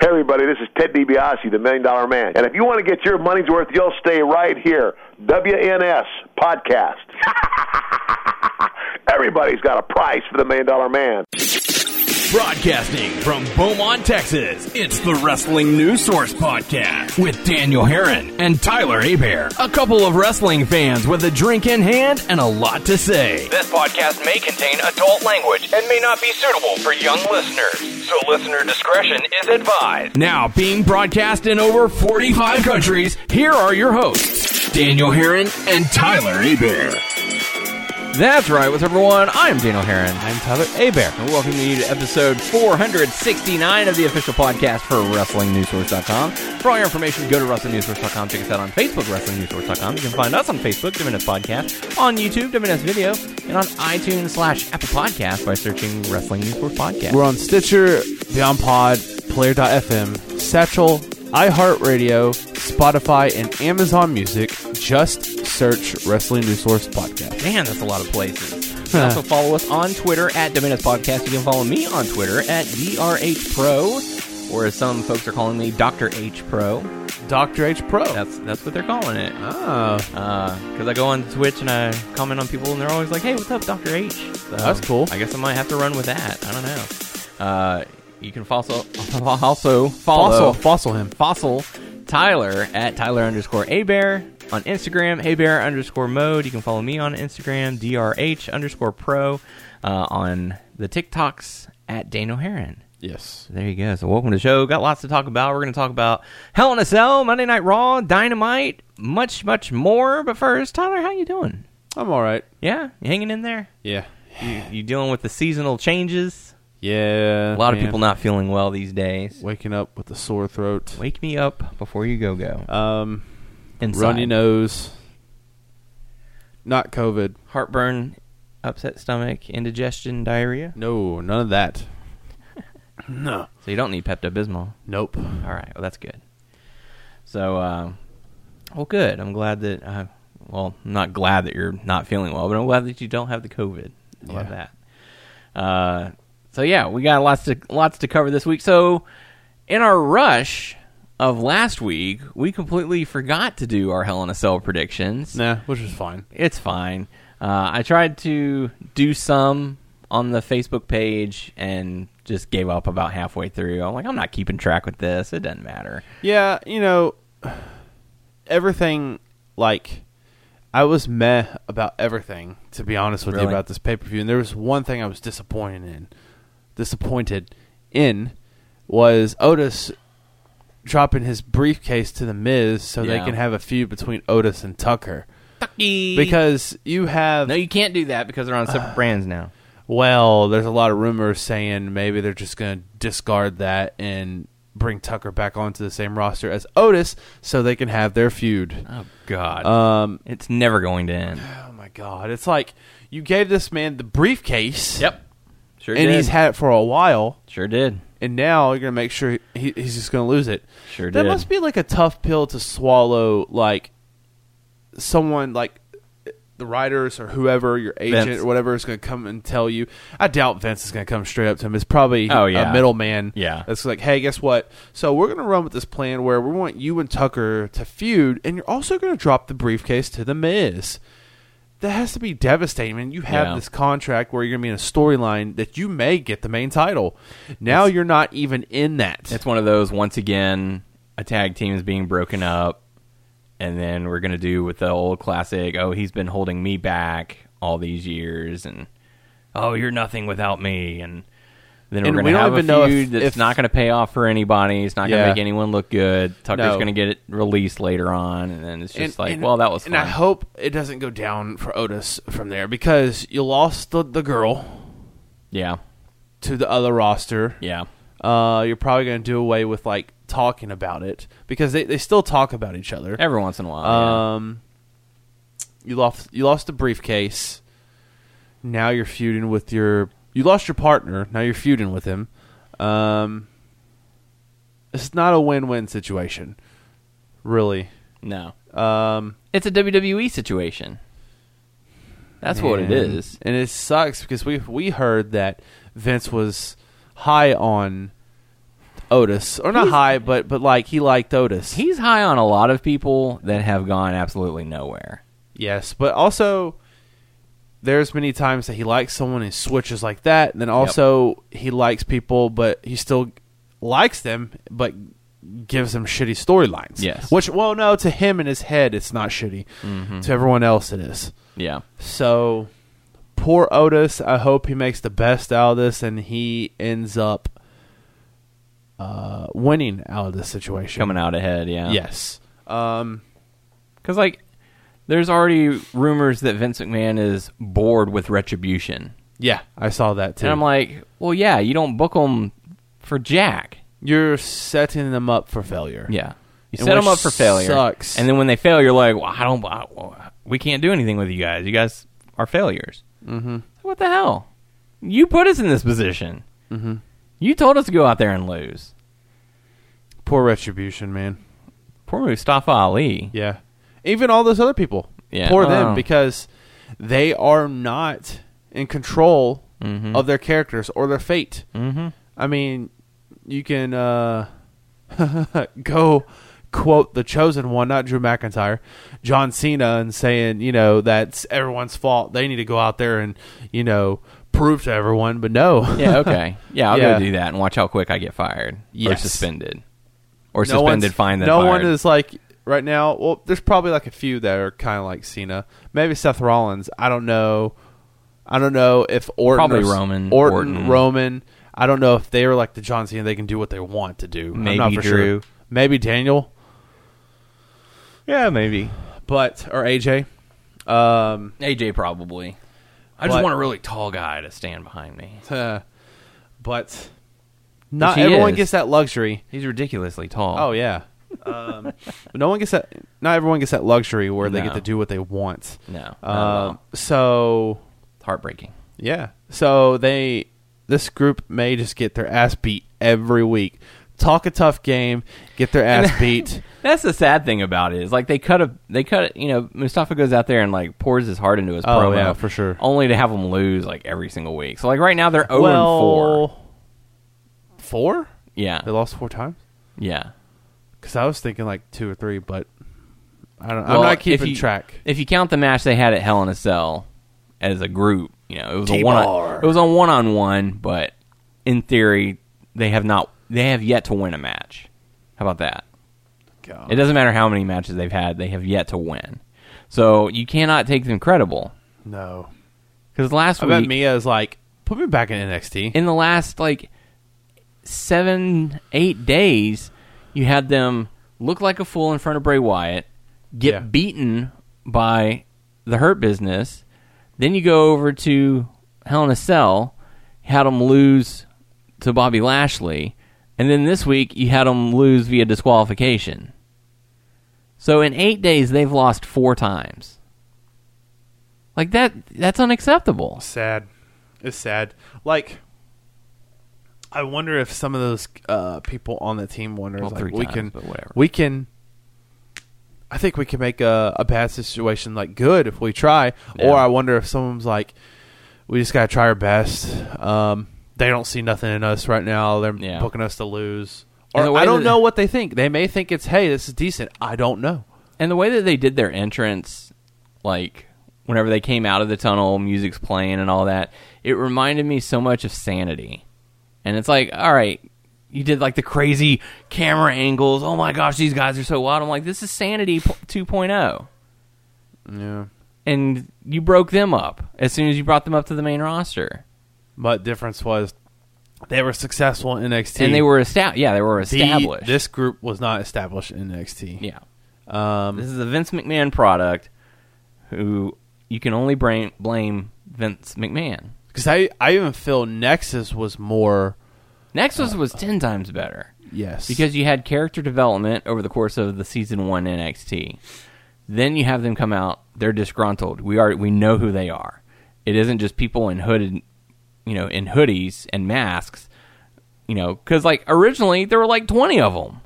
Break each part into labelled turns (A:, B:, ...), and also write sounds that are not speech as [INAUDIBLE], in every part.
A: everybody. This is Ted DiBiase, the Million Dollar Man. And if you want to get your money's worth, you'll stay right here. WNS Podcast. [LAUGHS] Everybody's got a price for the Million Dollar Man.
B: Broadcasting from Beaumont, Texas, it's the Wrestling News Source Podcast with Daniel Herron and Tyler Abear, a couple of wrestling fans with a drink in hand and a lot to say.
C: This podcast may contain adult language and may not be suitable for young listeners, so listener discretion is advised.
B: Now being broadcast in over 45 countries, here are your hosts, Daniel Herron and Tyler Abear.
D: That's right, what's up, everyone? I'm Daniel Herron. I'm Tyler Abear. And welcome you to episode 469 of the official podcast for WrestlingNewsSource.com. For all your information, go to WrestlingNewsSource.com. Check us out on Facebook, WrestlingNewsSource.com. You can find us on Facebook, WNS Podcast, on YouTube, WNS Video, and on iTunes slash Apple Podcast by searching Wrestling News Source Podcast.
E: We're on Stitcher, Beyond Pod, Player.fm, Satchel, iHeartRadio, Spotify, and Amazon Music. Just search Wrestling News Source Podcast.
D: Man, that's a lot of places. You can also follow us on Twitter at WNS Podcast. You can follow me on Twitter at DRH Pro, or as some folks are calling me, Dr. H Pro.
E: Dr. H Pro.
D: That's that's what they're calling it.
E: oh,
D: Ah. Because Uh, I go on Twitch and I comment on people, and they're always like, "Hey, what's up, Doctor H?" So,
E: That's cool.
D: I guess I might have to run with that. I don't know. Uh, you can fossil, [LAUGHS] also follow
E: fossil, fossil him.
D: fossil Tyler at Tyler underscore Abear on Instagram, Abear underscore mode. You can follow me on Instagram, DRH underscore pro uh, on the TikToks at Daniel Heron.
E: Yes.
D: There you go. So welcome to the show. Got lots to talk about. We're going to talk about Hell in a Cell, Monday Night Raw, Dynamite, much, much more. But first, Tyler, how you doing?
E: I'm all right.
D: Yeah, you hanging in there.
E: Yeah.
D: You, you dealing with the seasonal changes? A
E: Yeah.
D: lot of
E: man.
D: people not feeling well these days.
E: waking up with a sore throat,
D: Wake me up before you go go.
E: um,
D: Inside.
E: runny nose, not COVID.
D: heartburn, upset stomach, indigestion, diarrhea.
E: No, none of that. No.
D: So you don't need Pepto Bismol.
E: Nope.
D: All right. Well, that's good. So, uh, well, good. I'm glad that, uh, well, I'm not glad that you're not feeling well, but I'm glad that you don't have the COVID. I love
E: Yeah.
D: that. Uh, so yeah, we got lots to lots to cover this week. So, in our rush of last week, we completely forgot to do our Hell in a Cell predictions.
E: Nah, which is fine.
D: It's fine. Uh, I tried to do some on the Facebook page and just gave up about halfway through. I'm like, I'm not keeping track with this. It doesn't matter.
E: Yeah, you know, everything, like, I was meh about everything, to be honest with you,
D: Really?
E: about this pay per view. And there was one thing I was disappointed in. Disappointed in was Otis dropping his briefcase to The Miz so
D: Yeah.
E: they can have a feud between Otis and Tucker.
D: Because
E: Because you have.
D: no, you can't do that because they're on [SIGHS] separate brands now.
E: Well, there's a lot of rumors saying maybe they're just going to discard that and bring Tucker back onto the same roster as Otis so they can have their feud.
D: Oh God,
E: Um,
D: it's never going to end.
E: oh my God. It's like you gave this man the briefcase.
D: sure
E: And
D: did.
E: he's had it for a while.
D: sure did.
E: And now you're going to make sure he, he's just going to lose it.
D: Sure
E: That
D: did.
E: must be like a tough pill to swallow, like someone like the writers or whoever, your agent
D: Vince.
E: or whatever is going to come and tell you. I doubt Vince is going to come straight up to him. It's probably
D: Oh, yeah.
E: a middleman.
D: Yeah.
E: That's like, hey, guess what? So we're going to run with this plan where we want you and Tucker to feud, and you're also going to drop the briefcase to The Miz. That has to be devastating. And you have
D: Yeah.
E: this contract where you're going to be in a storyline that you may get the main title. Now you're not even in that.
D: It's one of those once again a tag team is being broken up, and then we're gonna do with the old classic. Oh, he's been holding me back all these years, and oh, you're nothing without me, and then
E: And
D: we're
E: we
D: gonna
E: don't
D: have a
E: even know if-
D: feud that's
E: if-
D: not gonna pay off for anybody. It's not gonna
E: Yeah.
D: make anyone look good. Tucker's
E: No.
D: gonna get it released later on, and then it's just like, well, that was fun.
E: And I hope it doesn't go down for Otis from there because you lost the, the girl
D: yeah,
E: to the other roster.
D: yeah,
E: Uh, you're probably going to do away with like talking about it because they, they still talk about each other.
D: every once in a while. yeah.
E: Um, you lost you lost the briefcase. Now you're feuding with your you lost your partner. Now you're feuding with him. Um, it's not a win win situation, really.
D: No,
E: Um,
D: it's a WWE situation. That's what it
E: And-
D: is.
E: and it sucks because we we heard that Vince was high on Otis, or not high, but but like he liked Otis.
D: He's high on a lot of people that have gone absolutely nowhere.
E: yes, but also there's many times that he likes someone and switches like that, and then also he likes people, but he still likes them, but gives them shitty storylines.
D: Yes. Mm-hmm.
E: which well, no, to him in his head, it's not shitty. To everyone else, it is.
D: Yeah.
E: So poor Otis. I hope he makes the best out of this and he ends up uh, winning out of this situation.
D: Coming out ahead, yeah.
E: Yes. Um,
D: Because, like, there's already rumors that Vince McMahon is bored with retribution.
E: yeah, I saw that too.
D: And I'm like, well, yeah, you don't book them for Jack.
E: you're setting them up for failure.
D: Yeah. You
E: And
D: set
E: which
D: them up for failure.
E: sucks.
D: And then when they fail, you're like, well, I don't, I, well, we can't do anything with you guys. You guys are failures. Mm-hmm. What the hell? You put us in this position. Mm-hmm. You told us to go out there and lose.
E: Poor retribution, man.
D: Poor Mustafa Ali.
E: Yeah. Even all those other people.
D: Yeah. Oh,
E: Poor
D: Wow.
E: them because they are not in control
D: Mm-hmm.
E: of their characters or their fate. Mm-hmm. I mean, you can uh, [LAUGHS] go quote the chosen one, not Drew McIntyre, John Cena, and saying, you know, that's everyone's fault. They need to go out there and, you know, prove to everyone. But no.
D: Yeah,
E: [LAUGHS]
D: okay. [LAUGHS] Yeah, I'll
E: Yeah.
D: go do that and watch how quick I get fired
E: Yes.
D: or suspended or
E: no one's-
D: suspended, fine, then
E: No
D: fired.
E: one is like right now. Well, there's probably like a few that are kind of like Cena, maybe Seth Rollins. I don't know. I don't know if Orton,
D: Probably
E: or s-
D: Roman,
E: Orton,
D: Orton.
E: Roman. I don't know if they were like the John Cena. They can do what they want to do. I'm
D: Maybe
E: not for sure.
D: Drew.
E: Maybe Daniel,
D: Yeah, maybe.
E: but or AJ. Um, [LAUGHS]
D: AJ probably. I
E: But-
D: just want a really tall guy to stand behind me.
E: but not
D: he
E: everyone
D: is.
E: gets that luxury.
D: He's ridiculously tall.
E: Oh yeah. um, but no one gets that. Not everyone gets that luxury where they
D: No.
E: get to do what they want.
D: No. not at all.
E: Um, so
D: It's heartbreaking.
E: Yeah. So they this group may just get their ass beat every week. Talk a tough game, get their
D: [LAUGHS]
E: ass beat.
D: That's the sad thing about it is like they cut a they cut you know Mustafa goes out there and like pours his heart into his
E: Oh,
D: promo
E: yeah, for sure.
D: only to have them lose like every single week. So like right now they're zero oh and four.
E: well, four?
D: Yeah,
E: They lost four times.
D: yeah.
E: Because I was thinking like two or three, but I don't. I'm
D: Well,
E: not
D: if
E: keeping
D: you-
E: track.
D: If you count the match they had at Hell in a Cell as a group, you know it was a one it was a one on one, but in theory they have not they have yet to win a match. How about that? It doesn't matter how many matches they've had; they have yet to win. So you cannot take them credible
E: No.
D: because last
E: I
D: week
E: bet Mia is like, put me back in NXT.
D: in the last like seven, eight days, you had them look like a fool in front of Bray Wyatt, get
E: Yeah.
D: beaten by the Hurt Business, then you go over to Hell in a Cell, had them lose to Bobby Lashley, and then this week you had them lose via disqualification. So in eight days they've lost four times. Like that—that's unacceptable.
E: sad. It's sad. Like, I wonder if some of those uh, people on the team wonder
D: Well,
E: like
D: three
E: we
D: times,
E: can,
D: but whatever.
E: we can. I think we can make a, a bad situation like good if we try.
D: Yeah.
E: Or I wonder if someone's like, we just gotta try our best. Um, they don't see nothing in us right now. They're
D: Yeah.
E: booking us to lose.
D: And
E: Or
D: the way
E: I don't
D: that-
E: know what they think. They may think it's hey, this is decent. I don't know.
D: and the way that they did their entrance, like whenever they came out of the tunnel, music's playing and all that, it reminded me so much of Sanity. And it's like, all right, you did like the crazy camera angles. Oh my gosh, these guys are so wild. I'm like, this is Sanity p- 2.0.
E: Yeah,
D: oh. And you broke them up as soon as you brought them up to the main roster.
E: but difference was they were successful in NXT
D: And they were established. Yeah, they were
E: the-
D: established.
E: this group was not established in NXT.
D: Yeah. this is a Vince McMahon product who you can only blame, blame Vince McMahon.
E: Because I, I even feel Nexus was more
D: Nexus was 10 times better
E: yes
D: because you had character development over the course of the season 1 NXT. Then you have them come out, they're disgruntled. We are we know who they are. It isn't just people in hooded, you know, in hoodies and masks, you know, cuz like originally there were like 20 of them.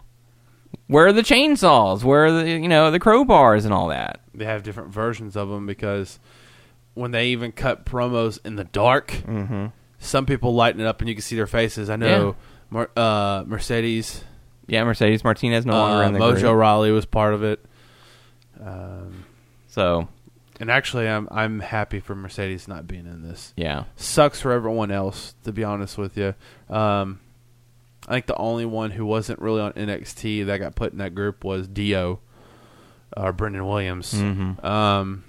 D: Where are the chainsaws? Where are the you know, the crowbars and all that?
E: they have different versions of them because when they even
D: Mm-hmm.
E: cut promos in the dark, some people lighten it up and you can see their faces. I know Mar- uh, Mercedes.
D: Yeah, Mercedes Martinez no longer
E: uh,
D: in the
E: Mojo
D: group.
E: Raleigh was part of it. Um,
D: So
E: and actually, I'm I'm happy for Mercedes not being in this.
D: yeah,
E: Sucks for everyone else, to be honest with you. Um, I think the only one who wasn't really on NXT that got put in that group was Dio or Brendan Williams.
D: Mm-hmm.
E: Um,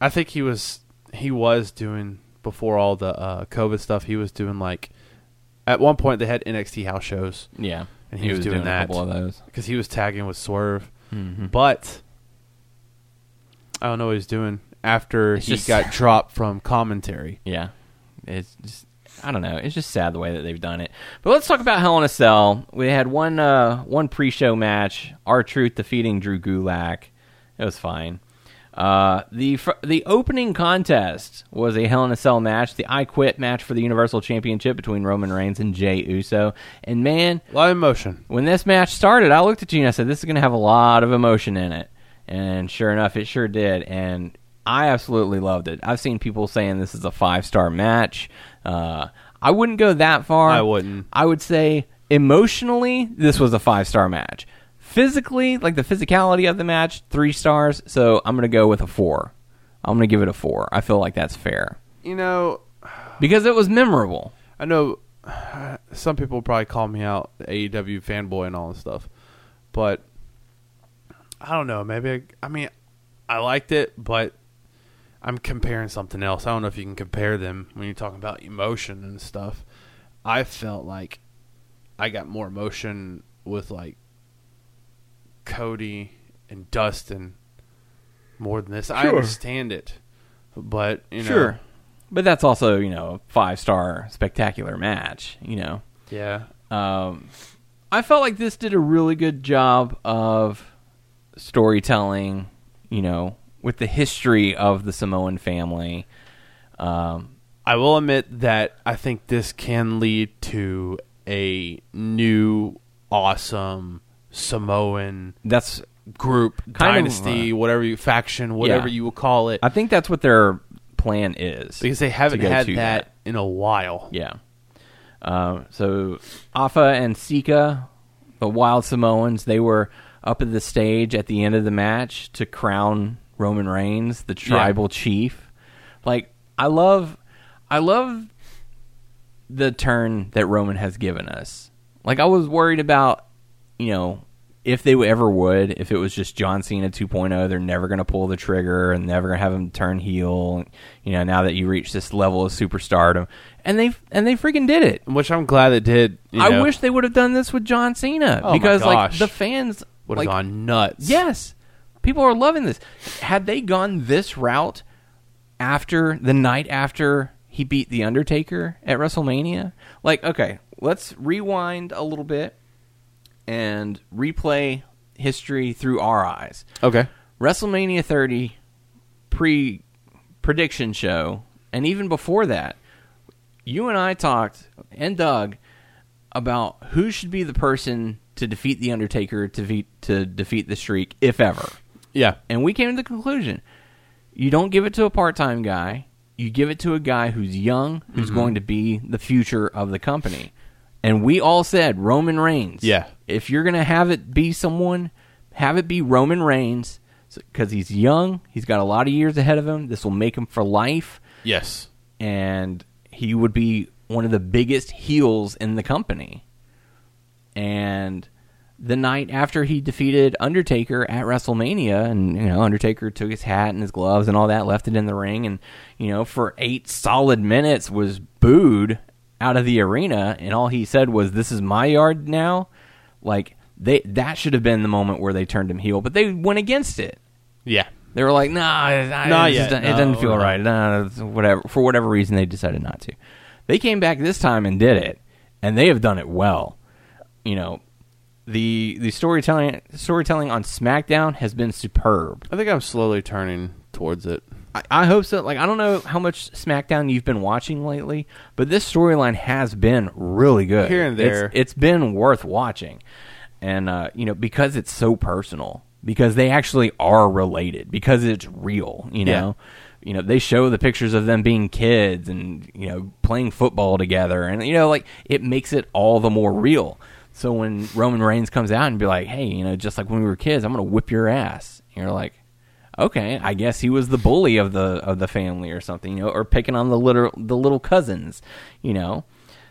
E: I think he was he was doing before all the uh, COVID stuff. He was doing like at one point they had NXT house shows
D: yeah,
E: And he was doing
D: a
E: that.
D: couple of those. Mm-hmm.
E: because he was tagging with Swerve, but I don't know what he's doing after
D: It's
E: he
D: just-
E: got dropped from commentary.
D: Yeah, it's just I don't know. It's just sad the way that they've done it. But let's talk about Hell in a Cell. We had one uh, one pre-show match. Our Truth defeating Drew Gulak. It was fine. Uh, the fr- the opening contest was a Hell in a Cell match, the I Quit match for the Universal Championship between Roman Reigns and Jay Uso. And man,
E: A lot of emotion.
D: when this match started, I looked at you and I said, "This is going to have a lot of emotion in it." And sure enough, it sure did. And I absolutely loved it. I've seen people saying this is a five star match. Uh, I wouldn't go that far.
E: I wouldn't.
D: I would say emotionally, this was a five star match. Physically, like the physicality of the match, three stars. So I'm going to go with a four. I'm going to give it a four. I feel like that's fair
E: You know,
D: because it was memorable.
E: I know [SIGHS] some people probably call me out the AEW fanboy and all this stuff, but I don't know. Maybe I, I mean I liked it, but I'm comparing something else. I don't know if you can compare them when you're talking about emotion and stuff. I felt like I got more emotion with like Cody and Dustin more than this. I understand it, but you know,
D: Sure. But that's also, you know, a five star spectacular match, you know.
E: yeah.
D: Um, I felt like this did a really good job of storytelling, you know, with the history of the Samoan family. Um,
E: I will admit that I think this can lead to a new awesome Samoan
D: that's
E: group,
D: Kind of, uh,
E: dynasty, whatever you faction, whatever
D: yeah.
E: you will call it.
D: I think that's what their plan is.
E: because they haven't
D: to go
E: had
D: to
E: that, in a while.
D: Yeah. Um, so Afa and Sika, the Wild Samoans, they were up at the stage at the end of the match to crown Roman Reigns the tribal chief. Like I love, I love the turn that Roman has given us. Like I was worried about, you know, if they ever would, if it was just John Cena 2.0, they're never going to pull the trigger and never going to have him turn heel. You know, now that you reach this level of superstardom, and they and they freaking did it.
E: Which I'm glad it did. you
D: I
E: know,
D: wish they would have done this with John Cena
E: Oh my
D: because like
E: gosh.
D: the fans
E: would have
D: like,
E: gone nuts.
D: Yes. People are loving this. Had they gone this route after the night after he beat The Undertaker at WrestleMania? Like, okay, let's rewind a little bit and replay history through our eyes.
E: Okay.
D: WrestleMania 30 pre prediction show, and even before that, you and I talked and Doug about who should be the person to defeat the Undertaker to defeat to defeat the Streak, if ever.
E: Yeah.
D: And we came to the conclusion: you don't give it to a part-time guy. You give it to a guy who's young, who's going to be the future of the company. And we all said Roman Reigns.
E: Yeah.
D: If you're going to have it be someone, have it be Roman Reigns because he's young. He's got a lot of years ahead of him. This will make him for life
E: Yes.
D: and he would be one of the biggest heels in the company. And the night after he defeated Undertaker at WrestleMania, and you know Undertaker took his hat and his gloves and all that, left it in the ring, and you know for eight solid minutes was booed out of the arena, and all he said was, "This is my yard now." Like they that should have been the moment where they turned him heel, but they went against it.
E: Yeah.
D: They were like, nah, I,
E: Not
D: it just
E: yet.
D: doesn't- it doesn't
E: No,
D: feel
E: no.
D: right. Nah, it's whatever. For whatever reason, they decided not to. They came back this time and did it, and they have done it well. You know, the the storytelling storytelling on SmackDown has been superb.
E: I think I'm slowly turning towards it.
D: I, I hope so. Like, I don't know how much SmackDown you've been watching lately, but this storyline has been really good.
E: Here and
D: It's-
E: there.
D: it's been worth watching, and uh, you know because it's so personal, because they actually are related, because it's real. You know, you know they show the pictures of them being kids and you know playing football together and you know like it makes it all the more real so when roman reigns comes out and be like hey you know just like when we were kids i'm gonna whip your ass and you're like okay i guess he was the bully of the of the family or something you know or picking on the little the little cousins you know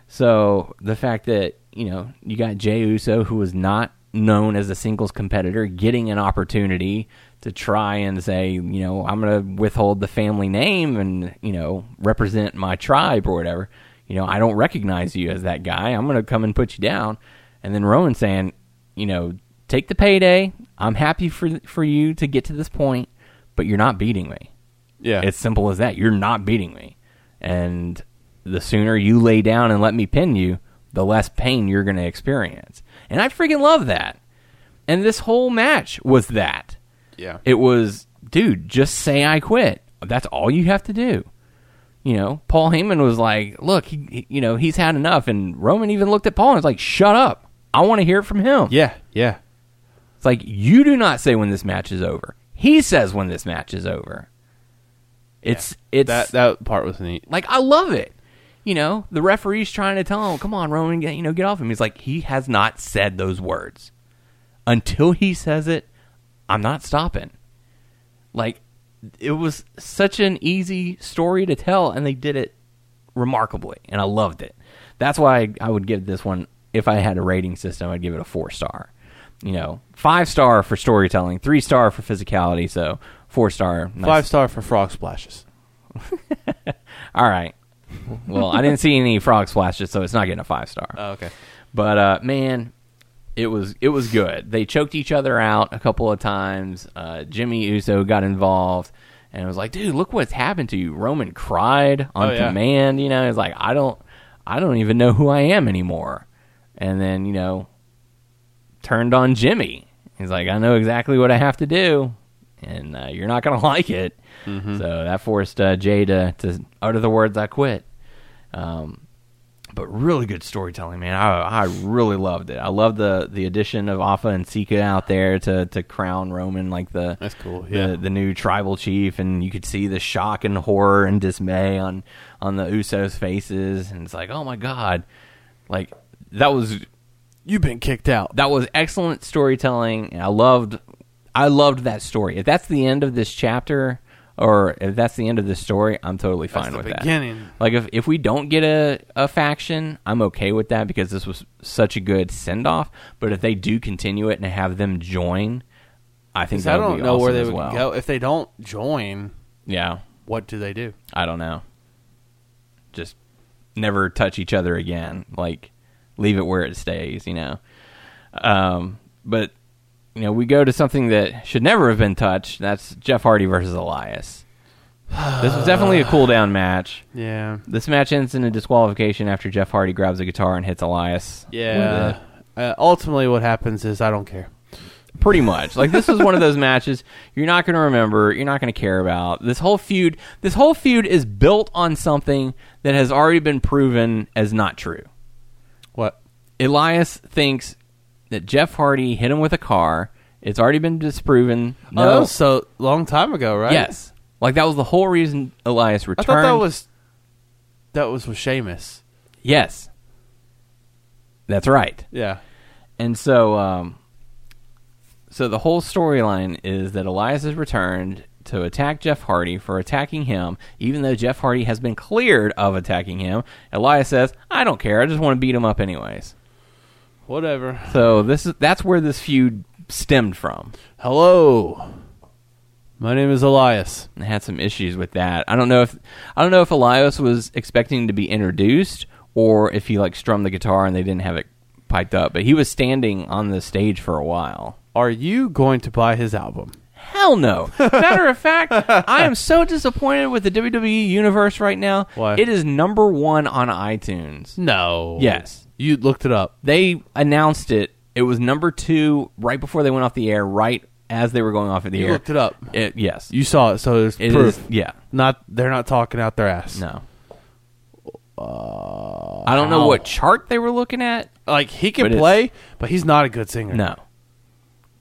D: so the fact that you know you got Jay Uso, who was not known as a singles competitor, getting an opportunity to try and say, you know, I'm going to withhold the family name and you know represent my tribe or whatever. You know, I don't recognize you as that guy. I'm going to come and put you down. And then Rowan saying, you know, take the payday. I'm happy for for you to get to this point, but you're not beating me.
E: Yeah.
D: It's simple as that. You're not beating me. And the sooner you lay down and let me pin you, the less pain you're going to experience. And I freaking love that. And this whole match was that.
E: yeah.
D: It was, dude, just say I quit. That's all you have to do. You know, Paul Heyman was like, look, he, he- you know, he's had enough. And Roman even looked at Paul and was like, shut up. I want to hear it from him.
E: yeah. Yeah.
D: It's like you do not say when this match is over. He says when this match is over. It's it's
E: That that part was neat.
D: like I love it. You know, the referee's trying to tell him, "Come on, Roman, get, you know, get off him." He's like, he has not said those words. Until he says it, I'm not stopping. Like it was such an easy story to tell, and they did it remarkably, and I loved it. That's why I, I would give this one. If I had a rating system, I'd give it a four star. You know, five star for storytelling, three star for physicality, so four star. Nice.
E: Five star for frog splashes.
D: All right. Well, I didn't see any frog splashes, so it's not getting a five star.
E: okay.
D: But uh, man, it was it was good. They choked each other out a couple of times. Uh, Jimmy Uso got involved and was like, "Dude, look what's happened to you." Roman cried on
E: Oh, yeah.
D: command. You know, he's like, "I don't, I don't even know who I am anymore." And then you know, turned on Jimmy. He's like, "I know exactly what I have to do, and uh, you're not gonna [LAUGHS] like it."
E: Mm-hmm.
D: So that forced uh, Jay to to utter the words, "I quit." Um, but really good storytelling, man. I I really loved it. I love the the addition of Alpha and Sika out there to to crown Roman like the
E: That's cool, yeah.
D: the, the new tribal chief, and you could see the shock and horror and dismay on on the Usos' faces, and it's like, oh my god, like that was
E: You've been kicked out.
D: that was excellent storytelling and i loved i loved that story if that's the end of this chapter or if that's the end of this story i'm totally fine
E: the
D: with
E: beginning.
D: that like if, if we don't get a, a faction i'm okay with that because this was such a good send-off but if they do continue it and have them join i think that
E: I
D: would
E: don't
D: be
E: know where
D: awesome
E: they
D: as
E: would
D: well.
E: go if they don't join.
D: yeah
E: What do they do?
D: I don't know. Just never touch each other again. Like leave it where it stays, you know. Um, but you know, we go to something that should never have been touched. That's Jeff Hardy versus Elias. this was definitely a cool down match.
E: Yeah.
D: This match ends in a disqualification after Jeff Hardy grabs a guitar and hits Elias. with
E: Yeah.
D: it.
E: Uh, ultimately, what happens is I don't care.
D: pretty much. Like this was one of those matches you're not going to remember, you're not going to care about. This whole feud, this whole feud is built on something that has already been proven as not true.
E: What?
D: Elias thinks that Jeff Hardy hit him with a car. It's already been disproven.
E: Oh, that was so long time ago, right?
D: yes. Like that was the whole reason Elias
E: I
D: returned.
E: thought that was that was with Sheamus.
D: yes. That's right.
E: Yeah.
D: And so, um, so the whole storyline is that Elias has returned to attack Jeff Hardy for attacking him, even though Jeff Hardy has been cleared of attacking him. Elias says, "I don't care. I just want to beat him up anyways."
E: Whatever.
D: So this is that's where this feud stemmed from.
E: Hello. My name is Elias.
D: and had some issues with that. I don't know if I don't know if Elias was expecting to be introduced or if he like strummed the guitar and they didn't have it piped up, but he was standing on the stage for a while.
E: Are you going to buy his album?
D: Hell
E: [LAUGHS]
D: no. Matter of fact, I am so disappointed with the WWE universe right now.
E: Why?
D: It is number 1 on iTunes.
E: No.
D: Yes.
E: You looked it up.
D: They announced it. It was number 2 right before they went off the air, right as they were going off of the
E: You
D: air.
E: looked it up.
D: It- yes.
E: You saw it, so it's
D: It
E: proof.
D: is- yeah.
E: Not they're not talking out their ass.
D: No. I don't know
E: Uh, how?
D: what chart they were looking at.
E: Like he
D: But
E: can
D: it's-
E: play, but he's not a good singer.
D: No.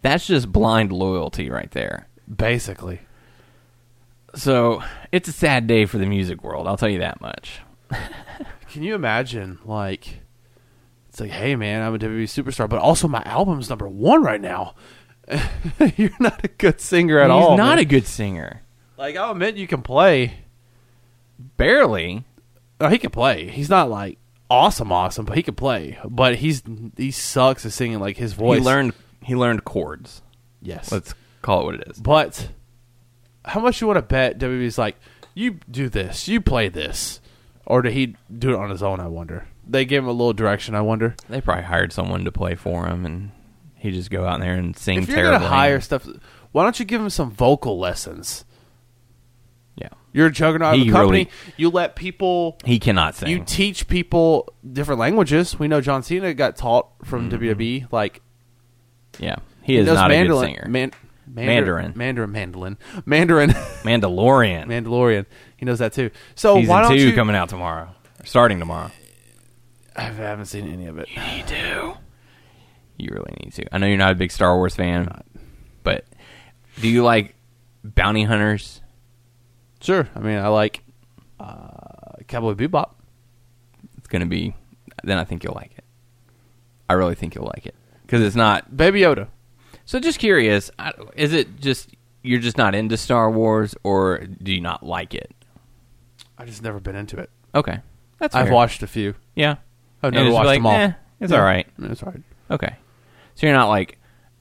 D: That's just blind loyalty right there.
E: Basically.
D: So it's a sad day for the music world. I'll tell you that much.
E: Can you imagine? Like, it's like, hey, man, I'm a WWE superstar, but also my album's number one right now. [LAUGHS] You're not a good singer at
D: He's
E: all.
D: not
E: man.
D: a good singer.
E: like. I'll admit you can play.
D: Barely.
E: No, he can play. He's not like awesome, awesome, but he can play. But he's he sucks at singing. Like his voice.
D: He learned he learned chords.
E: Yes.
D: Let's call it what it is.
E: But how much you want to bet WWE's like, you do this, you play this, or did he do it on his own? I wonder. They gave him a little direction. I wonder.
D: They probably hired someone to play for him and he just go out there and sing
E: if you're
D: terribly.
E: gonna hire stuff, why don't you give him some vocal lessons?
D: Yeah.
E: You're a juggernaut of
D: He
E: a company.
D: really-
E: you let people.
D: He cannot sing.
E: You teach people different languages. We know John Cena got taught from WWE. Like
D: yeah. He Mm-hmm. is
E: knows
D: not
E: Mandalin-
D: a good singer.
E: Man-
D: Mandarin.
E: Mandarin. Mandarin. [LAUGHS] Mandarin. Mandarin.
D: Mandalorian.
E: Mandalorian. He knows that too. So
D: Season
E: why don't
D: two
E: you?
D: coming out tomorrow. Starting tomorrow.
E: [SIGHS] I haven't seen any of it.
D: You do. You really need to. I know you're not a big Star Wars fan, but do you like bounty hunters?
E: Sure. I mean, I like uh, Cowboy Bebop.
D: It's going to be. Then I think you'll like it. I really think you'll like it because it's not.
E: Baby Yoda.
D: So just curious, I- is it just you're just not into Star Wars, or do you not like it?
E: I've just never been into it.
D: Okay, that's.
E: I've
D: fair.
E: watched a few.
D: Yeah,
E: I've
D: And
E: never
D: it's
E: watched
D: like,
E: them all.
D: eh, it's
E: Yeah.
D: all right.
E: I mean, it's all right.
D: Okay, so you're not like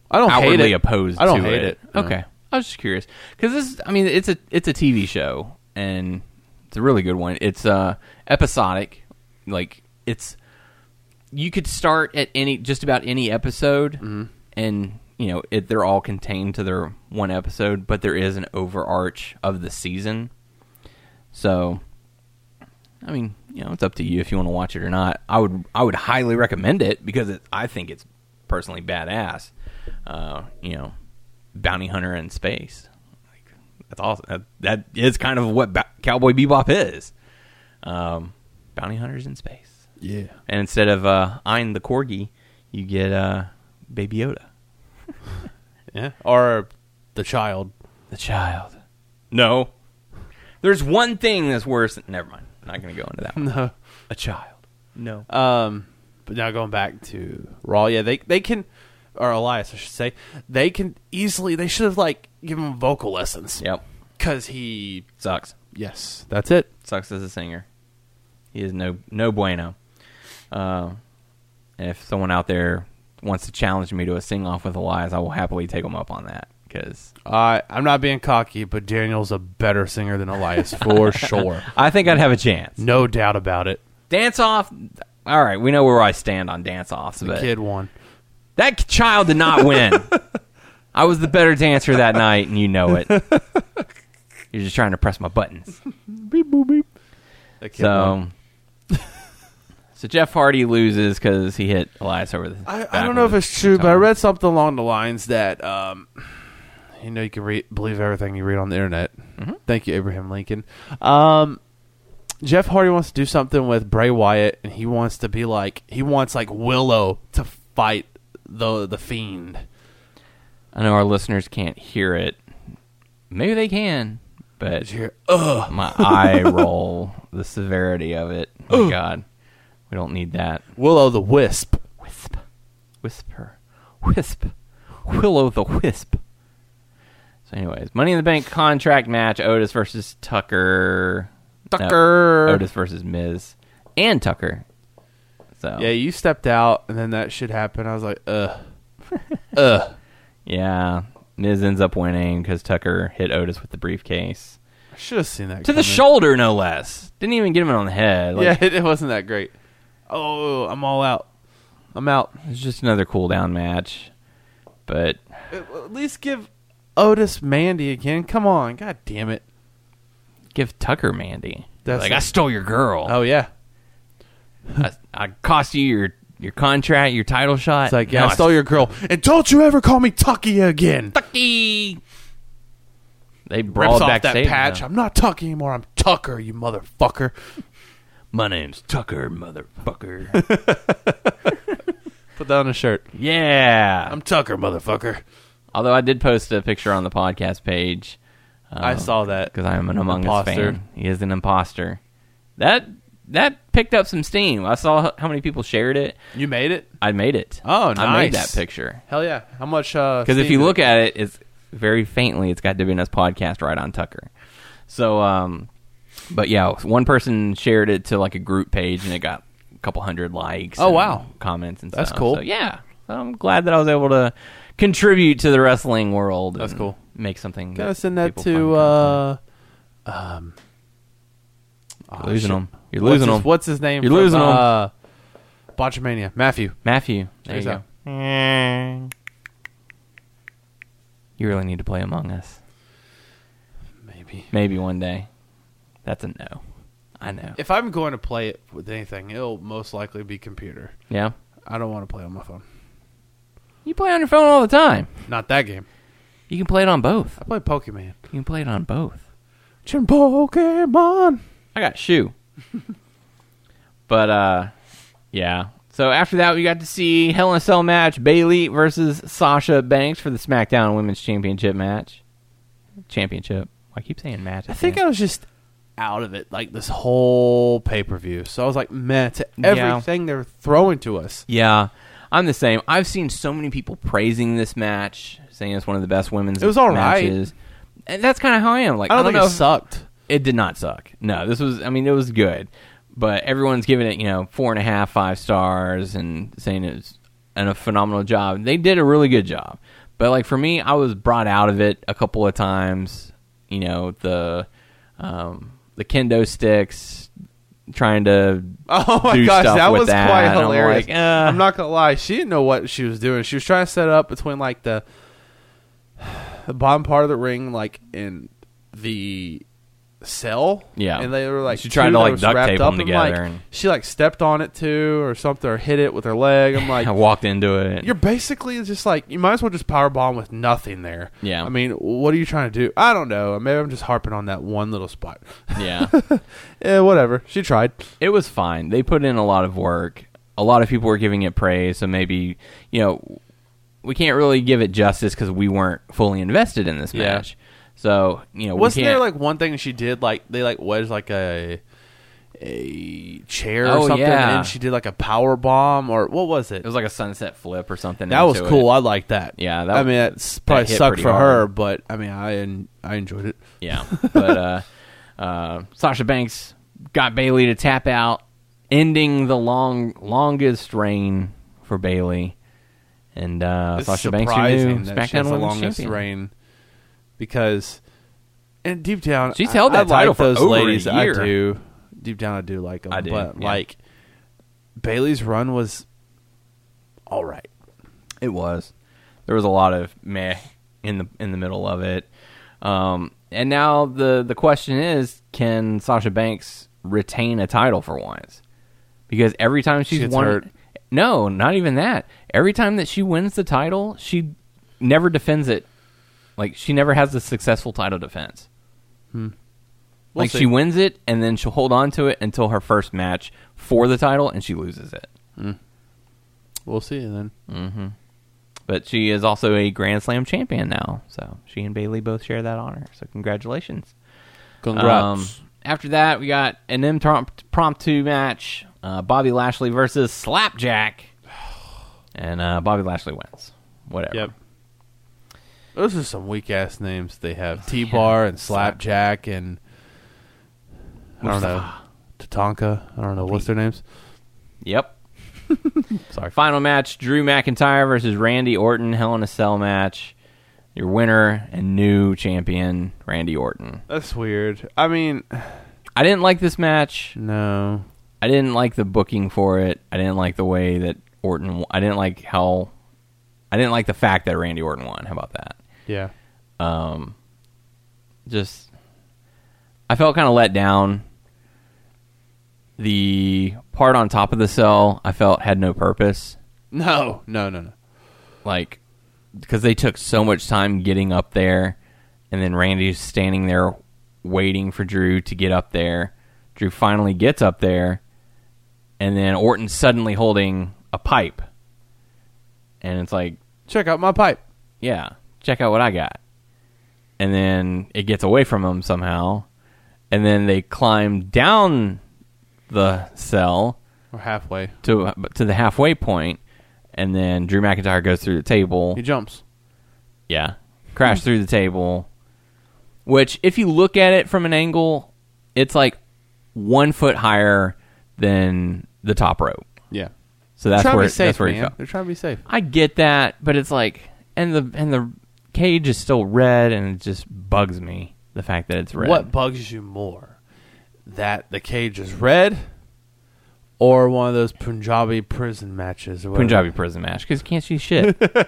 E: I don't hate
D: outwardly
E: it.
D: opposed.
E: I don't
D: to Uh-huh.
E: hate it. No.
D: Okay, I was just curious because this. I mean, it's a it's a TV show and it's a really good one. It's uh episodic, like it's you could start at any just about any episode, and you know it, they're all contained to their one episode, but there is an overarch of the season. So, I mean, you know, it's up to you if you want to watch it or not. I would I would highly recommend it because it, I think it's personally badass. Uh, you know, bounty hunter in space. Like, that's awesome. That, that is kind of what ba- Cowboy Bebop is. Um, bounty hunters in space.
E: Yeah.
D: And instead of uh, Ein the corgi, you get uh, Baby Yoda,
E: Yeah. Or the child.
D: the child. No, there's one thing that's worse. Never mind. I'm not going to go into
E: [LAUGHS]
D: that. One. Uh,
E: No.
D: A child. No.
E: Uh-huh. Um, but now going back to Raw, yeah, they they can, or Elias, I should say, they can easily. They should have like given him vocal lessons.
D: Yep.
E: because he.
D: Sucks.
E: Yes, that's it.
D: sucks as a singer. He is no no bueno. Uh, and if someone out there wants to challenge me to a sing off with Elias, I will happily take them up on that because
E: I I'm not being cocky, but Daniel's a better singer than
D: [LAUGHS]
E: Elias for sure,
D: I think I'd have a chance.
E: no doubt about it.
D: Dance off. All right, we know where I stand on dance offs,
E: The
D: but
E: kid won.
D: that child did not win.
E: [LAUGHS]
D: I was the better dancer that night, and you know
E: [LAUGHS]
D: it. You're just trying to press my buttons.
E: Beep boop beep. The kid won.
D: So, [LAUGHS] so Jeff Hardy loses because he hit Elias over the.
E: I, I
D: back
E: don't
D: with
E: know if
D: a
E: it's true, but I
D: guitar.
E: read something along the lines that um, you know you can re- believe everything you read on the internet.
D: Mm-hmm.
E: Thank you, Abraham Lincoln. Um, Jeff Hardy wants to do something with Bray Wyatt, and he wants to be like he wants like Willow to fight the the fiend.
D: I know our listeners can't hear it. Maybe they can, but my
E: [LAUGHS]
D: eye roll, the severity of it. Oh my God, we don't need that.
E: Willow the Wisp.
D: Wisp, whisper, wisp, willow the wisp. So, anyways, Money in the Bank contract match: Otis versus Tucker. No,
E: Tucker.
D: Otis versus Miz and Tucker. So
E: Yeah, you stepped out, and then that shit happened. I was like, ugh, ugh.
D: yeah, Miz ends up winning because Tucker hit Otis with the briefcase.
E: I should have seen that
D: to the
E: coming.
D: shoulder, no less. Didn't even get him on the head. Like,
E: Uh-huh. Yeah, [LAUGHS] it, it wasn't that great. Oh, I'm all out. I'm out.
D: it's just another cool down match. But
E: At least give Otis Mandy again. Come on, god damn it.
D: give Tucker Mandy.
E: That's
D: like
E: it.
D: I stole your girl.
E: Oh yeah,
D: I, I cost you your your contract, your title shot.
E: it's like yeah,
D: Now
E: I stole your girl, and don't you ever call me Tucky again.
D: Tucky. They
E: Rips
D: brawled
E: off that
D: backstage.
E: patch.
D: now.
E: I'm not Tucky anymore. I'm Tucker, you motherfucker.
D: My name's Tucker, [LAUGHS] motherfucker.
E: Put that on a shirt.
D: yeah.
E: I'm Tucker, motherfucker.
D: Although I did post a picture on the podcast page
E: I saw that
D: because Oh, I'm an Among Us
E: Imposter.
D: fan. He is an imposter. That that picked up some steam. I saw how many people shared it.
E: You made it.
D: I made it.
E: Oh,
D: I made that
E: nice.
D: picture
E: Hell yeah! How much? uh, Because
D: because if you look at it, it's very faintly. It's got WNS podcast right on Tucker. So, um, but yeah, one person shared it to like a group page, and it got a couple hundred likes.
E: Oh,
D: and
E: wow.
D: comments and
E: That's
D: stuff.
E: cool.
D: So, yeah, I'm glad that I was able to contribute to the wrestling world. That's
E: cool.
D: Make something.
E: gotta
D: that
E: send that
D: people find
E: to
D: kinda fun.
E: uh,
D: You're losing them. You're
E: what's
D: losing
E: his,
D: them.
E: What's his name?
D: You're
E: from,
D: losing 'em.
E: Uh, Botchamania, Matthew.
D: Matthew? There you
E: Cheers
D: go.
E: out.
D: You really need to play Among Us.
E: Maybe.
D: Maybe one day. That's a no. I know.
E: If I'm going to play it with anything, it'll most likely be computer.
D: yeah.
E: I don't want to play on my phone.
D: You play on your phone all the time.
E: Not that game.
D: You can play it on both.
E: I play Pokemon.
D: You can play it on both.
E: Jim Pokemon.
D: I got
E: [LAUGHS]
D: shoe. but uh yeah. So after that we got to see Hell in a Cell match, Bailey versus Sasha Banks for the SmackDown Women's Championship match. Championship. I keep saying match.
E: I think I was just out of it like this whole pay per view. So I was like, meh to everything they're throwing to us.
D: Yeah. I'm the same. I've seen so many people praising this match, saying it's one of the best women's
E: It was all right.
D: matches. And that's kind of how I am. Like
E: I
D: I
E: don't,
D: don't,
E: think
D: know
E: it
D: if-
E: sucked.
D: It did not suck. No, this was. I mean, it was good, but everyone's giving it you know four and a half, five stars, and saying it's and a phenomenal job. They did a really good job, but like for me, I was brought out of it a couple of times. You know the um, the kendo sticks trying to
E: Oh my
D: do
E: gosh,
D: stuff
E: that
D: with
E: was
D: that,
E: quite
D: and I'm
E: hilarious.
D: like, uh,
E: I'm not gonna lie, she didn't know what she was doing. She was trying to set up between like the [SIGHS] the bottom part of the ring, like in the cell.
D: Yeah.
E: and they were like
D: She tried
E: two
D: to,
E: that
D: like,
E: was
D: duct
E: wrapped
D: tape
E: up
D: them
E: in, like,
D: together and-
E: she like stepped on it too, or something, or hit it with her leg.
D: [LAUGHS]
E: I'm like,
D: I walked into it.
E: you're basically just like you might as well just power bomb with nothing there.
D: Yeah.
E: I mean, what are you trying to do? I don't know. Maybe I'm just harping on that one little spot. [LAUGHS]
D: yeah.
E: eh, whatever. She tried.
D: it was fine. They put in a lot of work. A lot of people were giving it praise, so maybe you know we can't really give it justice because we weren't fully invested in this
E: Yeah.
D: match. So you know, we
E: Wasn't there
D: can't-
E: like one thing she did like they like wedged like a a chair or
D: Oh,
E: something
D: yeah.
E: and she did like a power bomb or what was it?
D: it was like a sunset flip or something?
E: that was
D: into
E: cool.
D: it.
E: I like that.
D: Yeah, that-
E: I mean that's probably
D: hit
E: sucked
D: pretty
E: for her,
D: hard.
E: but I mean I en- I enjoyed it.
D: [LAUGHS] Yeah, but uh, uh, Sasha Banks got Bailey to tap out, ending the long longest reign for Bailey. And uh,
E: It's
D: Sasha Banks, your new
E: surprising that she
D: SmackDown
E: has the
D: Women's
E: longest
D: Champion.
E: reign because and deep down
D: She's
E: I-
D: held
E: I
D: that title
E: like
D: for
E: those
D: over a
E: ladies.
D: year.
E: I do deep down I do like them,
D: I do,
E: but
D: yeah.
E: like Bailey's run was all right.
D: It was. There was a lot of meh in the in the middle of it. Um, and now the the question is, can Sasha Banks retain a title for once? Because every time she's
E: gets
D: won,
E: hurt.
D: no, not even that. Every time that she wins the title, she never defends it. Like she never has a successful title defense. like
E: Hmm. see.
D: she wins it, and then she'll hold on to it until her first match for the title, and she loses it.
E: We'll see then.
D: Um, But she is also a Grand Slam champion now. So she and Bailey both share that honor. So congratulations. Um, after that, we got an impromptu match uh, Bobby Lashley versus Slapjack. And uh, Bobby Lashley wins. Whatever.
E: Yep. Those are some weak ass names they [LAUGHS] have. T Bar and Slapjack and I don't know. Tatanka. I don't know what's their names.
D: Yep. [LAUGHS] Sorry. Final match Drew McIntyre versus Randy Orton, Hell in a Cell match. Your winner and new champion, Randy Orton.
E: That's weird. I mean,
D: I didn't like this match.
E: no.
D: I didn't like the booking for it. I didn't like the way that Orton. I didn't like how. I didn't like the fact that Randy Orton won. How about that?
E: Yeah.
D: Just, I felt kind of let down. The part on top of the cell, I felt had no purpose.
E: No. No. No. No.
D: Like, because they took so much time getting up there, and then Randy's standing there waiting for Drew to get up there. Drew finally gets up there, and then Orton suddenly holding a pipe. And it's like,
E: Check out my pipe.
D: yeah, check out what I got. and then it gets away from him somehow, and then they climb down the cell
E: Or halfway.
D: to to the halfway point, and then Drew McIntyre goes through the table.
E: He jumps.
D: Yeah. Crash through the table. Which, if you look at it from an angle, it's like one foot higher than the top rope.
E: Yeah.
D: So
E: They're
D: that's
E: trying to
D: where
E: be safe,
D: that's where he
E: man.
D: fell.
E: They're trying to be safe.
D: I get that, but it's like, and the and the cage is still red, and it just bugs me the fact that it's red.
E: What bugs you more? That the cage is red or one of those Punjabi prison matches or whatever?
D: Punjabi prison match? Because you can't see
E: [LAUGHS]
D: shit. There's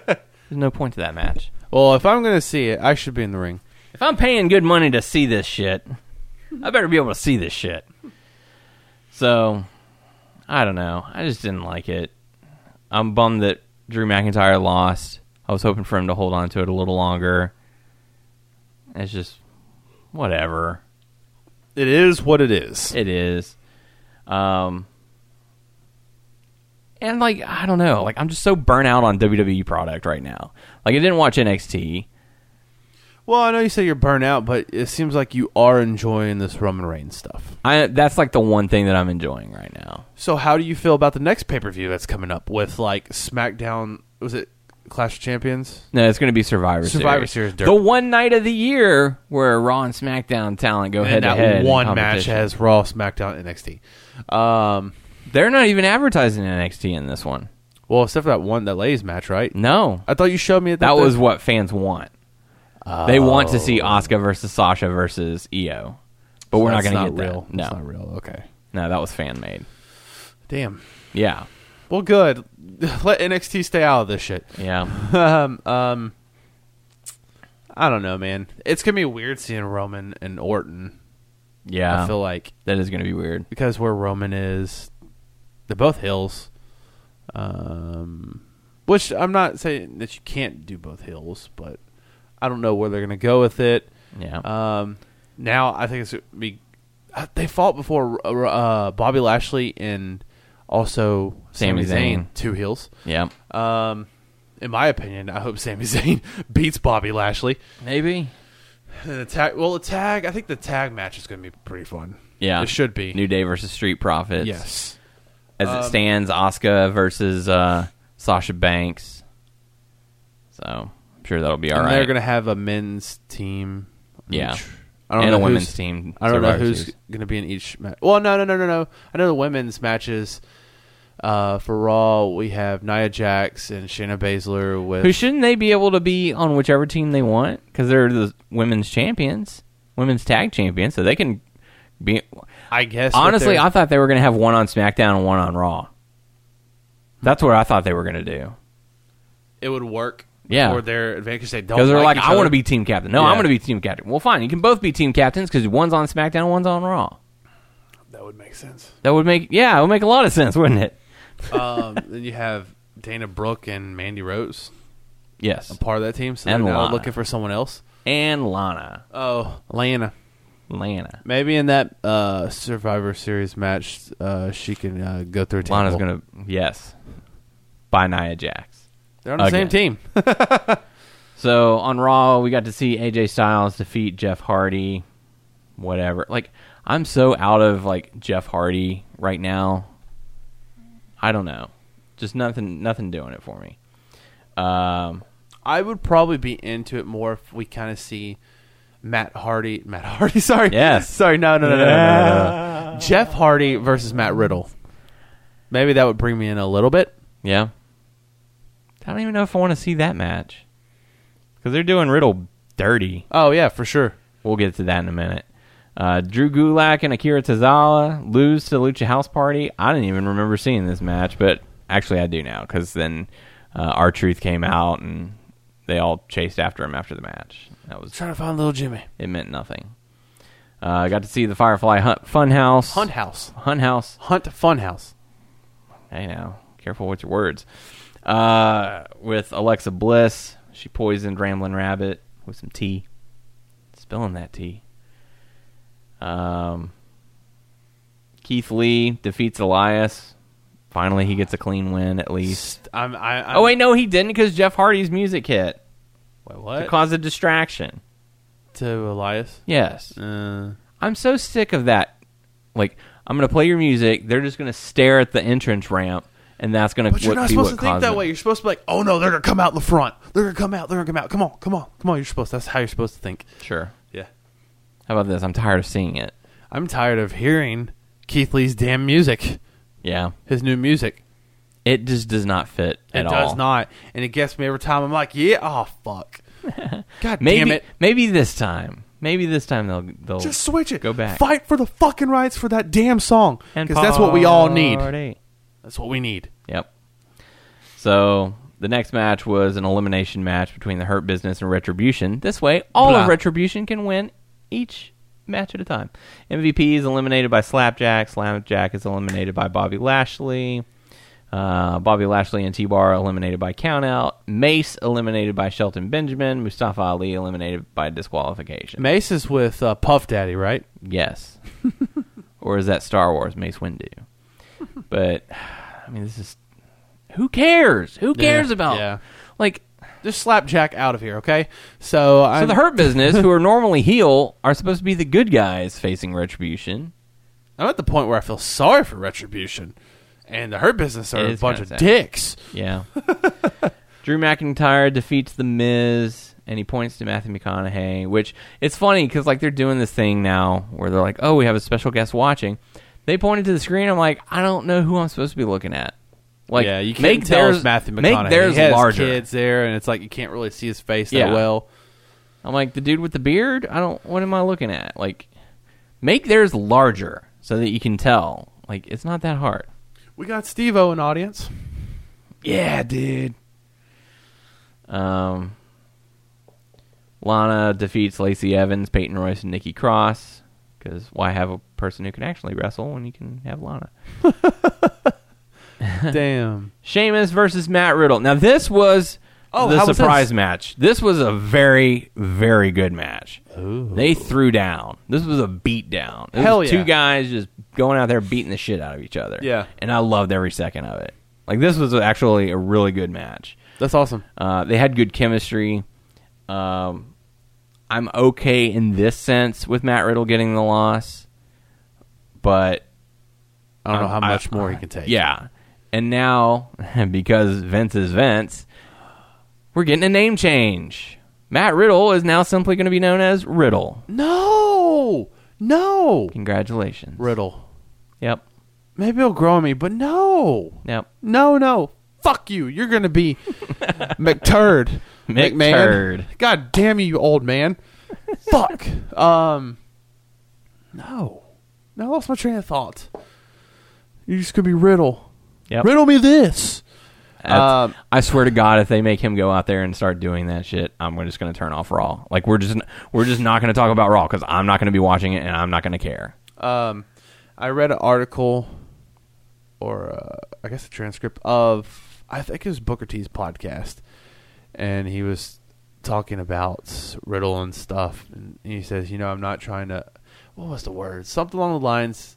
D: no point to that match.
E: Well, if I'm going to see it, I should be in the ring.
D: If I'm paying good money to see this shit, I better be able to see this shit. So, I don't know. I just didn't like it. I'm bummed that Drew McIntyre lost. I was hoping for him to hold on to it a little longer. It's just whatever.
E: It is what it is.
D: It is. Um and like I don't know, like I'm just so burnt out on WWE product right now. Like I didn't watch NXT.
E: Well, I know you say you're burnt out, but it seems like you are enjoying this Roman Reigns stuff.
D: I that's like the one thing that I'm enjoying right now.
E: So, how do you feel about the next pay per view that's coming up with like SmackDown? Was it Clash of Champions?
D: No, it's going to be Survivor Series.
E: Survivor Series dirt.
D: The one night of the year where Raw and SmackDown talent go head
E: and
D: to
E: that
D: head. in
E: one match
D: competition.
E: has Raw, SmackDown, NXT. Um,
D: They're not even advertising NXT in this one.
E: well, except for that one, that ladies match, right?
D: No.
E: I thought you showed me that.
D: Mm. That
E: the- Oh.
D: was what fans want. They want to see Oscar versus Sasha versus EO. But we're not
E: That's
D: going to
E: not
D: get
E: real.
D: that. No.
E: That's not real. Oh, Okay.
D: No, that was fan made.
E: Damn.
D: Yeah.
E: Well, good. [LAUGHS] Let NXT stay out of this shit.
D: Yeah.
E: um, um, I don't know, man. It's gonna be weird seeing Roman and Orton.
D: Yeah.
E: I feel like
D: that is going to be weird.
E: because where Roman is, they're both hills. Um, which I'm not saying that you can't do both hills, but I don't know where they're gonna go with it.
D: Yeah.
E: Um, now I think it's gonna be uh, they fought before uh, uh, Bobby Lashley and also
D: Sami
E: Sami
D: Zayn.
E: Zayn, two heels.
D: yeah.
E: Um, in my opinion, I hope Sami [LAUGHS] Zayn beats Bobby Lashley.
D: Maybe.
E: And the tag, well, the tag. I think the tag match is going to be pretty fun.
D: Yeah.
E: it should be.
D: New Day versus Street Profits.
E: yes,
D: As
E: Um,
D: it stands, Oscar versus uh, Sasha Banks. So I'm sure that'll be all
E: and
D: right.
E: they're going to have a men's team. on
D: Yeah.
E: each- I don't
D: And
E: know
D: a women's
E: who's-
D: team,
E: I don't know
D: Survivor
E: who's
D: Series.
E: going to be in each match. Well, no, no, no, no, no. I know the women's matches. Uh, for Raw, we have Nia Jax and Shayna Baszler with
D: Who shouldn't they be able to be on whichever team they want? Because they're the women's champions, women's tag champions, so they can be.
E: I guess what
D: Honestly,
E: they're-
D: I thought they were going to have one on SmackDown and one on Raw. That's what I thought they were going to do.
E: it would work.
D: Yeah.
E: for their advantage 'cause they don't.
D: Because they're like,
E: each
D: I want
E: other."
D: to be team captain. No, I'm
E: Yeah.
D: going to be team captain. Well, fine, you can both be team captains because one's on SmackDown, and one's on Raw.
E: That would make sense.
D: That would make yeah, it would make a lot of sense, wouldn't it?
E: um, then you have Dana Brooke and Mandy Rose,
D: Yes.
E: part of that team. So
D: And
E: they're now
D: Lana.
E: looking for someone else.
D: And Lana,
E: Oh, Lana.
D: Lana,
E: Maybe in that uh, Survivor Series match, uh, she can uh, go through. A table.
D: Lana's going to yes, by Nia Jax.
E: They're on the
D: again.
E: same [LAUGHS] team.
D: So on Raw, we got to see AJ Styles defeat Jeff Hardy, whatever. Like I'm so out of like Jeff Hardy right now. I don't know, just nothing, nothing doing it for me. Um,
E: I would probably be into it more if we kind of see Matt Hardy. Matt Hardy. [LAUGHS] Sorry.
D: Yes.
E: Sorry. No. No. No. no, No. No. No. Jeff Hardy versus Matt Riddle. Maybe that would bring me in a little bit.
D: yeah, I don't even know if I want to see that match because they're doing Riddle dirty.
E: Oh yeah, for sure.
D: We'll get to that in a minute. Uh, Drew Gulak and Akira Tozawa lose to Lucha House Party. I didn't even remember seeing this match, but actually I do now because then uh, our truth came out and they all chased after him after the match. That was
E: Trying to find little Jimmy.
D: it meant nothing. Uh, I got to see the Firefly Hunt Funhouse.
E: Hunt House.
D: Hunt House.
E: Hunt Funhouse.
D: Hey now, careful with your words. Uh, with Alexa Bliss, she poisoned Ramblin' Rabbit with some tea. Spilling that tea. Um, Keith Lee defeats Elias. Finally, he gets a clean win at least.
E: I'm. I, I'm
D: Oh wait, no, he didn't because Jeff Hardy's music hit
E: Wait,
D: to
E: what?
D: cause a distraction.
E: to Elias.
D: Yes.
E: Uh,
D: I'm so sick of that. Like, I'm gonna play your music. They're just gonna stare at the entrance ramp, and that's gonna
E: but you're
D: what-
E: not
D: be
E: supposed
D: what
E: to think
D: caused
E: that
D: it.
E: way. You're supposed to be like, oh no, they're gonna come out in the front. They're gonna come out. They're gonna come out. Come on, come on, come on. You're supposed. That's how you're supposed to think.
D: Sure.
E: Yeah.
D: How about this? I'm tired of seeing it.
E: I'm tired of hearing Keith Lee's damn music.
D: Yeah.
E: His new music.
D: It just does not fit
E: It
D: at all.
E: does not, and it gets me every time. I'm like, yeah, oh
D: [LAUGHS]
E: fuck. God
D: Maybe
E: damn it.
D: maybe this time. Maybe this time they'll they'll
E: Just switch it.
D: Go back.
E: Fight for the fucking rights for that damn song.
D: And
E: Because that's what we all need.
D: party.
E: That's what we need.
D: Yep. So the next match was an elimination match between the Hurt Business and Retribution. This way, all
E: Blah.
D: of Retribution can win each match at a time. MVP is eliminated by Slapjack. Slapjack is eliminated by Bobby Lashley. Uh, Bobby Lashley and T-Bar eliminated by countout. Mace eliminated by Shelton Benjamin. Mustafa Ali eliminated by disqualification.
E: Mace is with uh, Puff Daddy, right?
D: Yes. or is that Star Wars Mace
E: [LAUGHS]
D: Windu? But I mean, this is who cares? Who cares about
E: yeah.
D: like
E: Just slap Jack out of here, okay? So,
D: so the Hurt Business, who are normally heel, are supposed to be the good guys facing retribution.
E: I'm at the point where I feel sorry for Retribution, and the Hurt Business are
D: It
E: a
D: is
E: bunch
D: kinda sad.
E: of dicks.
D: Yeah. [LAUGHS] Drew McIntyre defeats the Miz, and he points to Matthew McConaughey, which it's funny because like they're doing this thing now where they're like, "Oh, we have a special guest watching." They pointed to the screen. I'm like, I don't know who I'm supposed to be looking at. Like,
E: yeah, you can't
D: make
E: tell
D: theirs
E: it's Matthew McConaughey.
D: Make theirs
E: he has
D: larger.
E: kids there, and it's like you can't really see his face
D: Yeah.
E: that well.
D: I'm like the dude with the beard. I don't. What am I looking at? Like, make theirs larger so that you can tell. Like, it's not that hard.
E: We got Steve-O
D: [LAUGHS]
E: in audience.
D: Yeah, dude. Um, Lana defeats Lacey Evans, Peyton Royce, and Nikki Cross. Because why have a person who can actually wrestle when you can have Lana?
E: Damn.
D: Sheamus versus Matt Riddle. Now this was
E: Oh,
D: the
E: how was
D: surprise
E: this?
D: match. This was a very, very good match. They threw down. This was a beat down. It
E: Hell
D: was
E: yeah.
D: Two guys just going out there beating the shit out of each other.
E: Yeah.
D: and I loved every second of it. Like this was actually a really good match.
E: That's awesome.
D: Uh, they had good chemistry. Um, I'm okay in this sense with Matt Riddle getting the loss, but
E: I don't know how
D: Um, I-
E: much more he can take.
D: yeah. And now, [LAUGHS] because Vince is Vince, we're getting a name change. Matt Riddle is now simply going to be known as Riddle.
E: No, no.
D: Congratulations.
E: Riddle.
D: Yep.
E: Maybe he'll grow on me, but no,
D: Yep.
E: no, no. Fuck you. You're gonna be McTurd. McMahon.
D: McTurd.
E: God damn you, you old man. Fuck. Um. No, no. I lost my train of thought. You're just gonna be Riddle.
D: Yep.
E: Riddle me this.
D: That's-
E: Um,
D: I swear to God, if they make him go out there and start doing that shit, I'm just going to turn off Raw. Like we're just we're just not going to talk about Raw because I'm not going to be watching it and I'm not going to care.
E: um, I read an article, or uh, I guess a transcript of I think it was Booker T's podcast, and he was talking about Riddle and stuff, and he says, you know, I'm not trying to. What was the word? Something along the lines.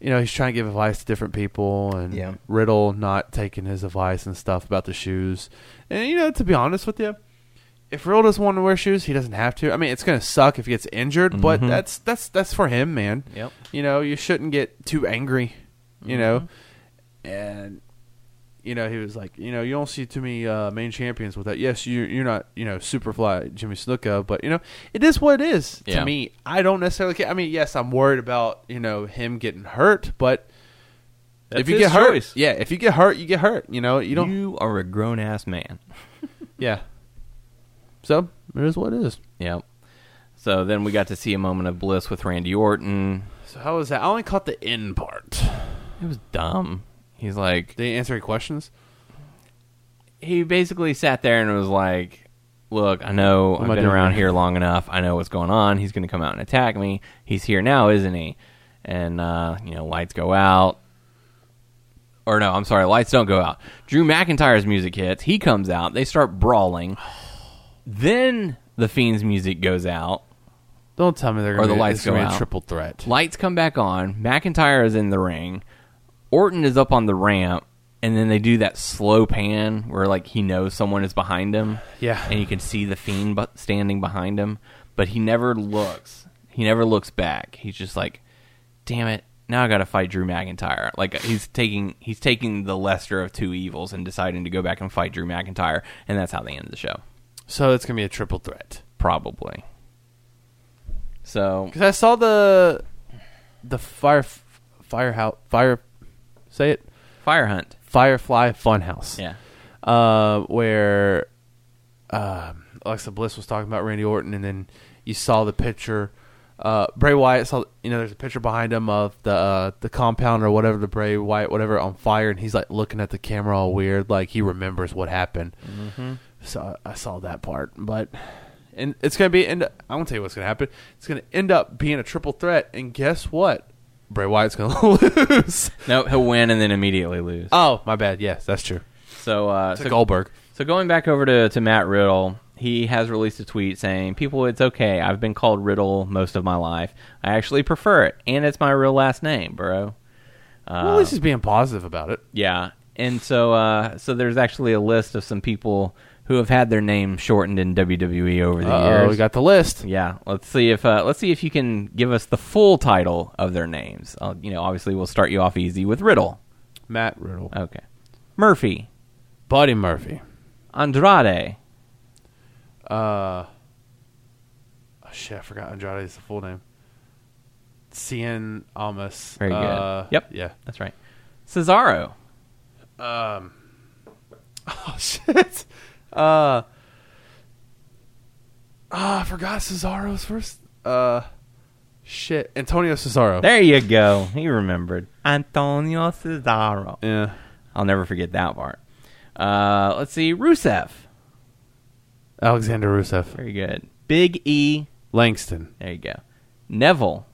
E: You know, he's trying to give advice to different people, and
D: Yeah.
E: Riddle not taking his advice and stuff about the shoes. And you know, to be honest with you, if Riddle doesn't want to wear shoes, he doesn't have to. I mean, it's gonna suck if he gets injured, but that's that's that's for him, man.
D: Mm-hmm. Yep.
E: You know, you shouldn't get too angry. You know,
D: Mm-hmm.
E: and you know he was like, you know, you don't see too many uh, main champions with that. Yes, you you're not you know Superfly Jimmy Snuka, but you know it is what it is
D: Yeah.
E: to me. I don't necessarily care. I mean, yes, I'm worried about you know him getting hurt, but if you
D: his
E: get hurt,
D: choice.
E: yeah, if you get hurt, you get hurt. You know, you don't.
D: You are a grown ass man.
E: yeah. So it is what it is.
D: Yep. So then we got to see a moment of bliss with Randy Orton.
E: So how was that? I only caught the end part.
D: It was dumb. He's like,
E: Did he answer any questions?
D: he basically sat there and was like, "Look, I know
E: am I
D: I've been
E: doing
D: around
E: here?"
D: here long enough. I know what's going on. He's going to come out and attack me. He's here now, isn't he?" And uh, you know, lights go out. Or no, I'm sorry, lights don't go out. Drew McIntyre's music hits. He comes out. They start brawling. then the Fiend's music goes out.
E: Don't tell me they're
D: Or
E: going to
D: the
E: be,
D: lights
E: it's gonna
D: go
E: be a
D: out.
E: triple threat.
D: Lights come back on. McIntyre is in the ring. Orton is up on the ramp, and then they do that slow pan where like he knows someone is behind him.
E: Yeah.
D: and you can see the fiend bu- standing behind him. but he never looks. He never looks back. He's just like, damn it, now I got to fight Drew McIntyre. Like uh, he's taking he's taking the lesser of two evils and deciding to go back and fight Drew McIntyre, and that's how they end the show,
E: So it's gonna be a triple threat.
D: probably. So
E: Because I saw the the fire firehouse fire say it
D: Fire Hunt,
E: Firefly Funhouse.
D: yeah,
E: Uh, where um Alexa Bliss was talking about Randy Orton, and then you saw the picture. Uh, Bray Wyatt saw you know there's a picture behind him of the uh, the compound or whatever the Bray Wyatt whatever on fire, and he's like looking at the camera all weird, like he remembers what happened. Mm-hmm. So I, I saw that part, but and it's gonna be and I won't tell you what's gonna happen. It's gonna end up being a triple threat, and guess what? Bray Wyatt's gonna [LAUGHS] lose.
D: no, he'll win and then immediately lose.
E: Oh, my bad. Yes, that's true.
D: So uh,
E: To
D: so
E: Goldberg.
D: So going back over to, to Matt Riddle, he has released a tweet saying, People, it's okay. I've been called Riddle most of my life. I actually prefer it, and it's my real last name, bro.
E: well, at least he's being positive about it.
D: Yeah. And so uh, so there's actually a list of some people who have had their name shortened in WWE over the
E: Oh,
D: years.
E: we got the list.
D: yeah, let's see if uh, let's see if you can give us the full title of their names. Uh, you know, obviously we'll start you off easy with Riddle.
E: Matt Riddle,
D: Okay, Murphy,
E: Uh, Buddy Murphy.
D: Andrade,
E: Oh shit, I forgot Andrade's the full name. Cien Amos.
D: Very good.
E: Uh,
D: Yep.
E: Yeah. [LAUGHS]
D: That's right. Cesaro.
E: Oh shit. Uh. Ah, I forgot Cesaro's first. Uh, shit, Antonio Cesaro.
D: There you go. He remembered. Antonio Cesaro.
E: Yeah.
D: I'll never forget that part. Uh, let's see. Rusev.
E: Alexander Rusev,
D: Very good. Big E.
E: Langston,
D: There you go. Neville.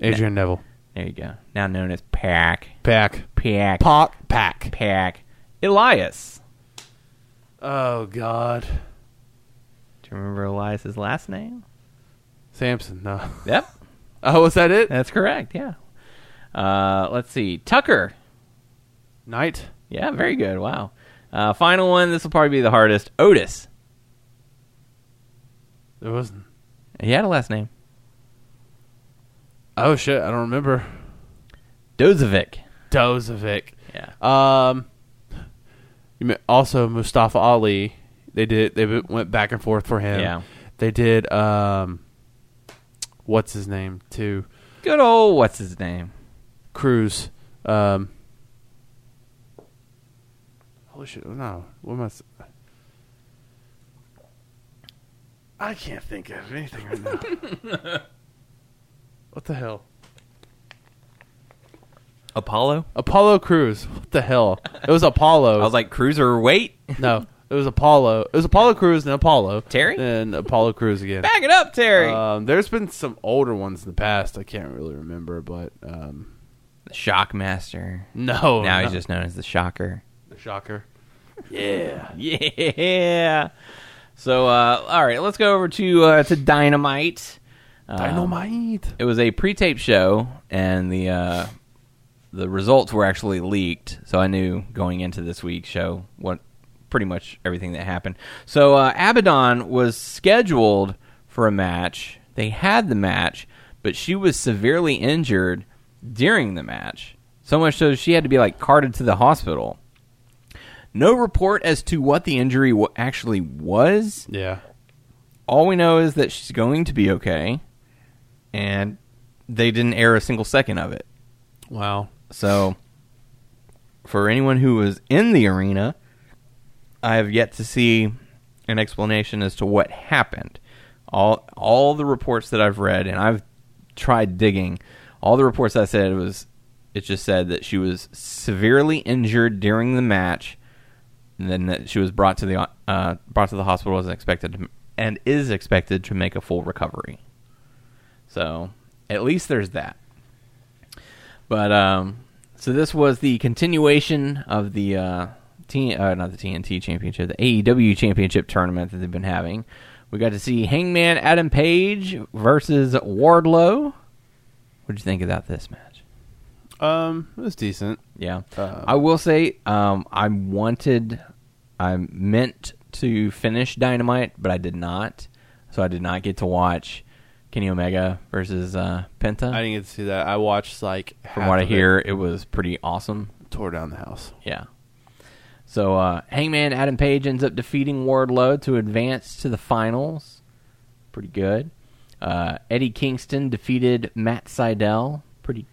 E: Adrian Neville,
D: There you go. Now known as Pack.
E: Pack,
D: Pack.
E: Pac, Pack.
D: Pack. Elias.
E: Oh god,
D: Do you remember Elias's last name?
E: Samson. No. [LAUGHS]
D: Yep.
E: Oh, was that it?
D: That's correct. Yeah. Uh, let's see. Tucker.
E: Knight.
D: Yeah, very good. Wow. Uh, final one. This will probably be the hardest. Otis.
E: There wasn't.
D: He had a last name.
E: Oh shit, I don't remember.
D: Dozovic.
E: Dozovic.
D: Yeah.
E: Um, you may, also Mustafa Ali. They did. They went back and forth for him.
D: Yeah.
E: They did. Um, what's his name? Too
D: Good old what's his name?
E: Cruz. Um, holy shit! No, what am I? s- I can't think of anything right now.
D: [LAUGHS]
E: what the hell?
D: Apollo.
E: Apollo Cruz. What the hell? It was Apollo.
D: [LAUGHS] I was like cruiserweight.
E: [LAUGHS] No, it was Apollo. It was Apollo Cruz and Apollo.
D: Terry?
E: And Apollo Cruz again.
D: Back it up, Terry.
E: Um, there's been some older ones in the past. I can't really remember, but um,
D: the Shockmaster.
E: [LAUGHS] no.
D: now he's
E: no.
D: just known as the Shocker. [LAUGHS]
E: the shocker.
D: Yeah. So, uh, all right, let's go over to uh, to Dynamite. Um,
E: Dynamite.
D: It was a pre-tape show, and the uh, the results were actually leaked, so I knew going into this week's show what pretty much everything that happened. So uh, Abaddon was scheduled for a match. They had the match, but she was severely injured during the match, so much so she had to be like carted to the hospital. No report as to what the injury w- actually was
E: Yeah.
D: all we know is that she's going to be okay, and they didn't air a single second of it.
E: Wow.
D: So, for anyone who was in the arena, I have yet to see an explanation as to what happened. All all the reports that I've read, and I've tried digging, all the reports I said was it just said that she was severely injured during the match, and then that she was brought to the uh, brought to the hospital as expected to, and is expected to make a full recovery. So at least there's that. But um, so this was the continuation of the uh, T- uh, not the TNT Championship, the AEW Championship tournament that they've been having. We got to see Hangman Adam Page versus Wardlow. What did you think about this match?
E: Um, it was decent.
D: Yeah,
E: Uh,
D: I will say um, I wanted, I meant to finish Dynamite, but I did not. so I did not get to watch Kenny Omega versus uh, Penta.
E: I didn't get to see that. I watched like
D: From what I hear, it was pretty awesome.
E: tore down the house.
D: Yeah. So uh, Hangman Adam Page ends up defeating Wardlow to advance to the finals. Pretty good. Uh, Eddie Kingston defeated Matt Seidel. Pretty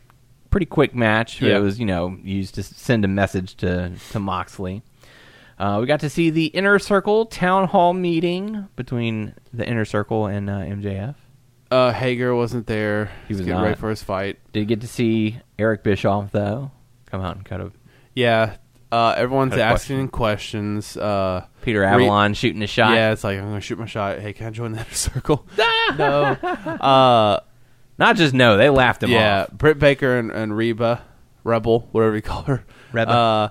D: pretty quick match.
E: Yeah.
D: It was you know used to send a message to to Moxley. Uh, we got to see the inner circle town hall meeting between the inner circle and uh, MJF.
E: Uh, Hager wasn't there.
D: He was
E: getting
D: not.
E: ready for his fight.
D: Did get to see Eric Bischoff though come out and cut a
E: Yeah, uh, everyone's
D: Had a
E: asking questions. Uh,
D: Peter
E: Re-
D: Avalon shooting a shot.
E: Yeah, it's like I'm gonna shoot my shot. Hey, can I join the inner [LAUGHS] circle? no. Uh,
D: Not just no, they laughed him
E: yeah,
D: off.
E: Britt Baker and, and Reba, Rebel, whatever you call her.
D: Reba.
E: Uh,